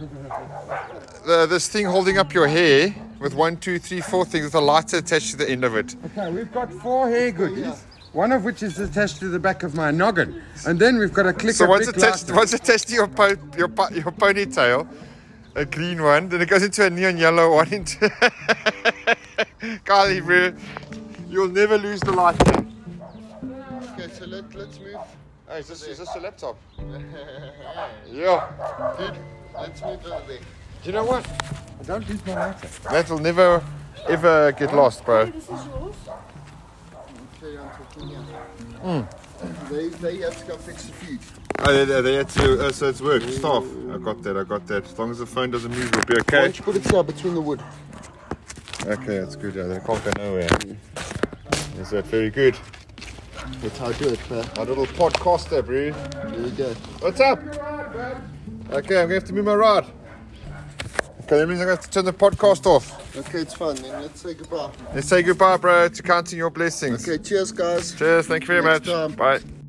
[SPEAKER 2] the, this thing holding up your hair with one, two, three, four things with a lighter attached to the end of it.
[SPEAKER 5] Okay, we've got four hair goodies. One of which is attached to the back of my noggin, and then we've got a clicker.
[SPEAKER 2] So once
[SPEAKER 5] big
[SPEAKER 2] attached,
[SPEAKER 5] lighter.
[SPEAKER 2] once attached to your po- your po- your ponytail, a green one, then it goes into a neon yellow one. Into Carly, bro, you'll never lose the lighter.
[SPEAKER 1] Okay, so let, let's move.
[SPEAKER 2] Hey, is this is this a laptop?
[SPEAKER 1] dude,
[SPEAKER 2] Yeah,
[SPEAKER 1] let's move over there.
[SPEAKER 5] Do you know what? I don't lose my lighter.
[SPEAKER 2] that'll never ever get lost, bro.
[SPEAKER 6] This is yours.
[SPEAKER 1] Carry on talking here. They, they have to go fix the feed.
[SPEAKER 2] Oh, they, they had to. Uh, so it's work. Staff, I got that. I got that. As long as the phone doesn't move, it'll be
[SPEAKER 1] Why
[SPEAKER 2] okay.
[SPEAKER 1] don't you put it here between the wood?
[SPEAKER 2] Okay, that's good. Uh, they can't go nowhere. Is that very good?
[SPEAKER 1] That's how I do it, bro.
[SPEAKER 2] Our little podcaster, bro.
[SPEAKER 1] There you go.
[SPEAKER 2] What's up? Okay, I'm gonna have to move my rod. Okay, that means I'm gonna have to turn the podcast off.
[SPEAKER 1] Okay, it's fine then. Let's say goodbye.
[SPEAKER 2] Let's say goodbye, bro, to counting your blessings.
[SPEAKER 1] Okay, cheers, guys.
[SPEAKER 2] Cheers, thank you very
[SPEAKER 1] Next
[SPEAKER 2] much.
[SPEAKER 1] time.
[SPEAKER 2] Bye.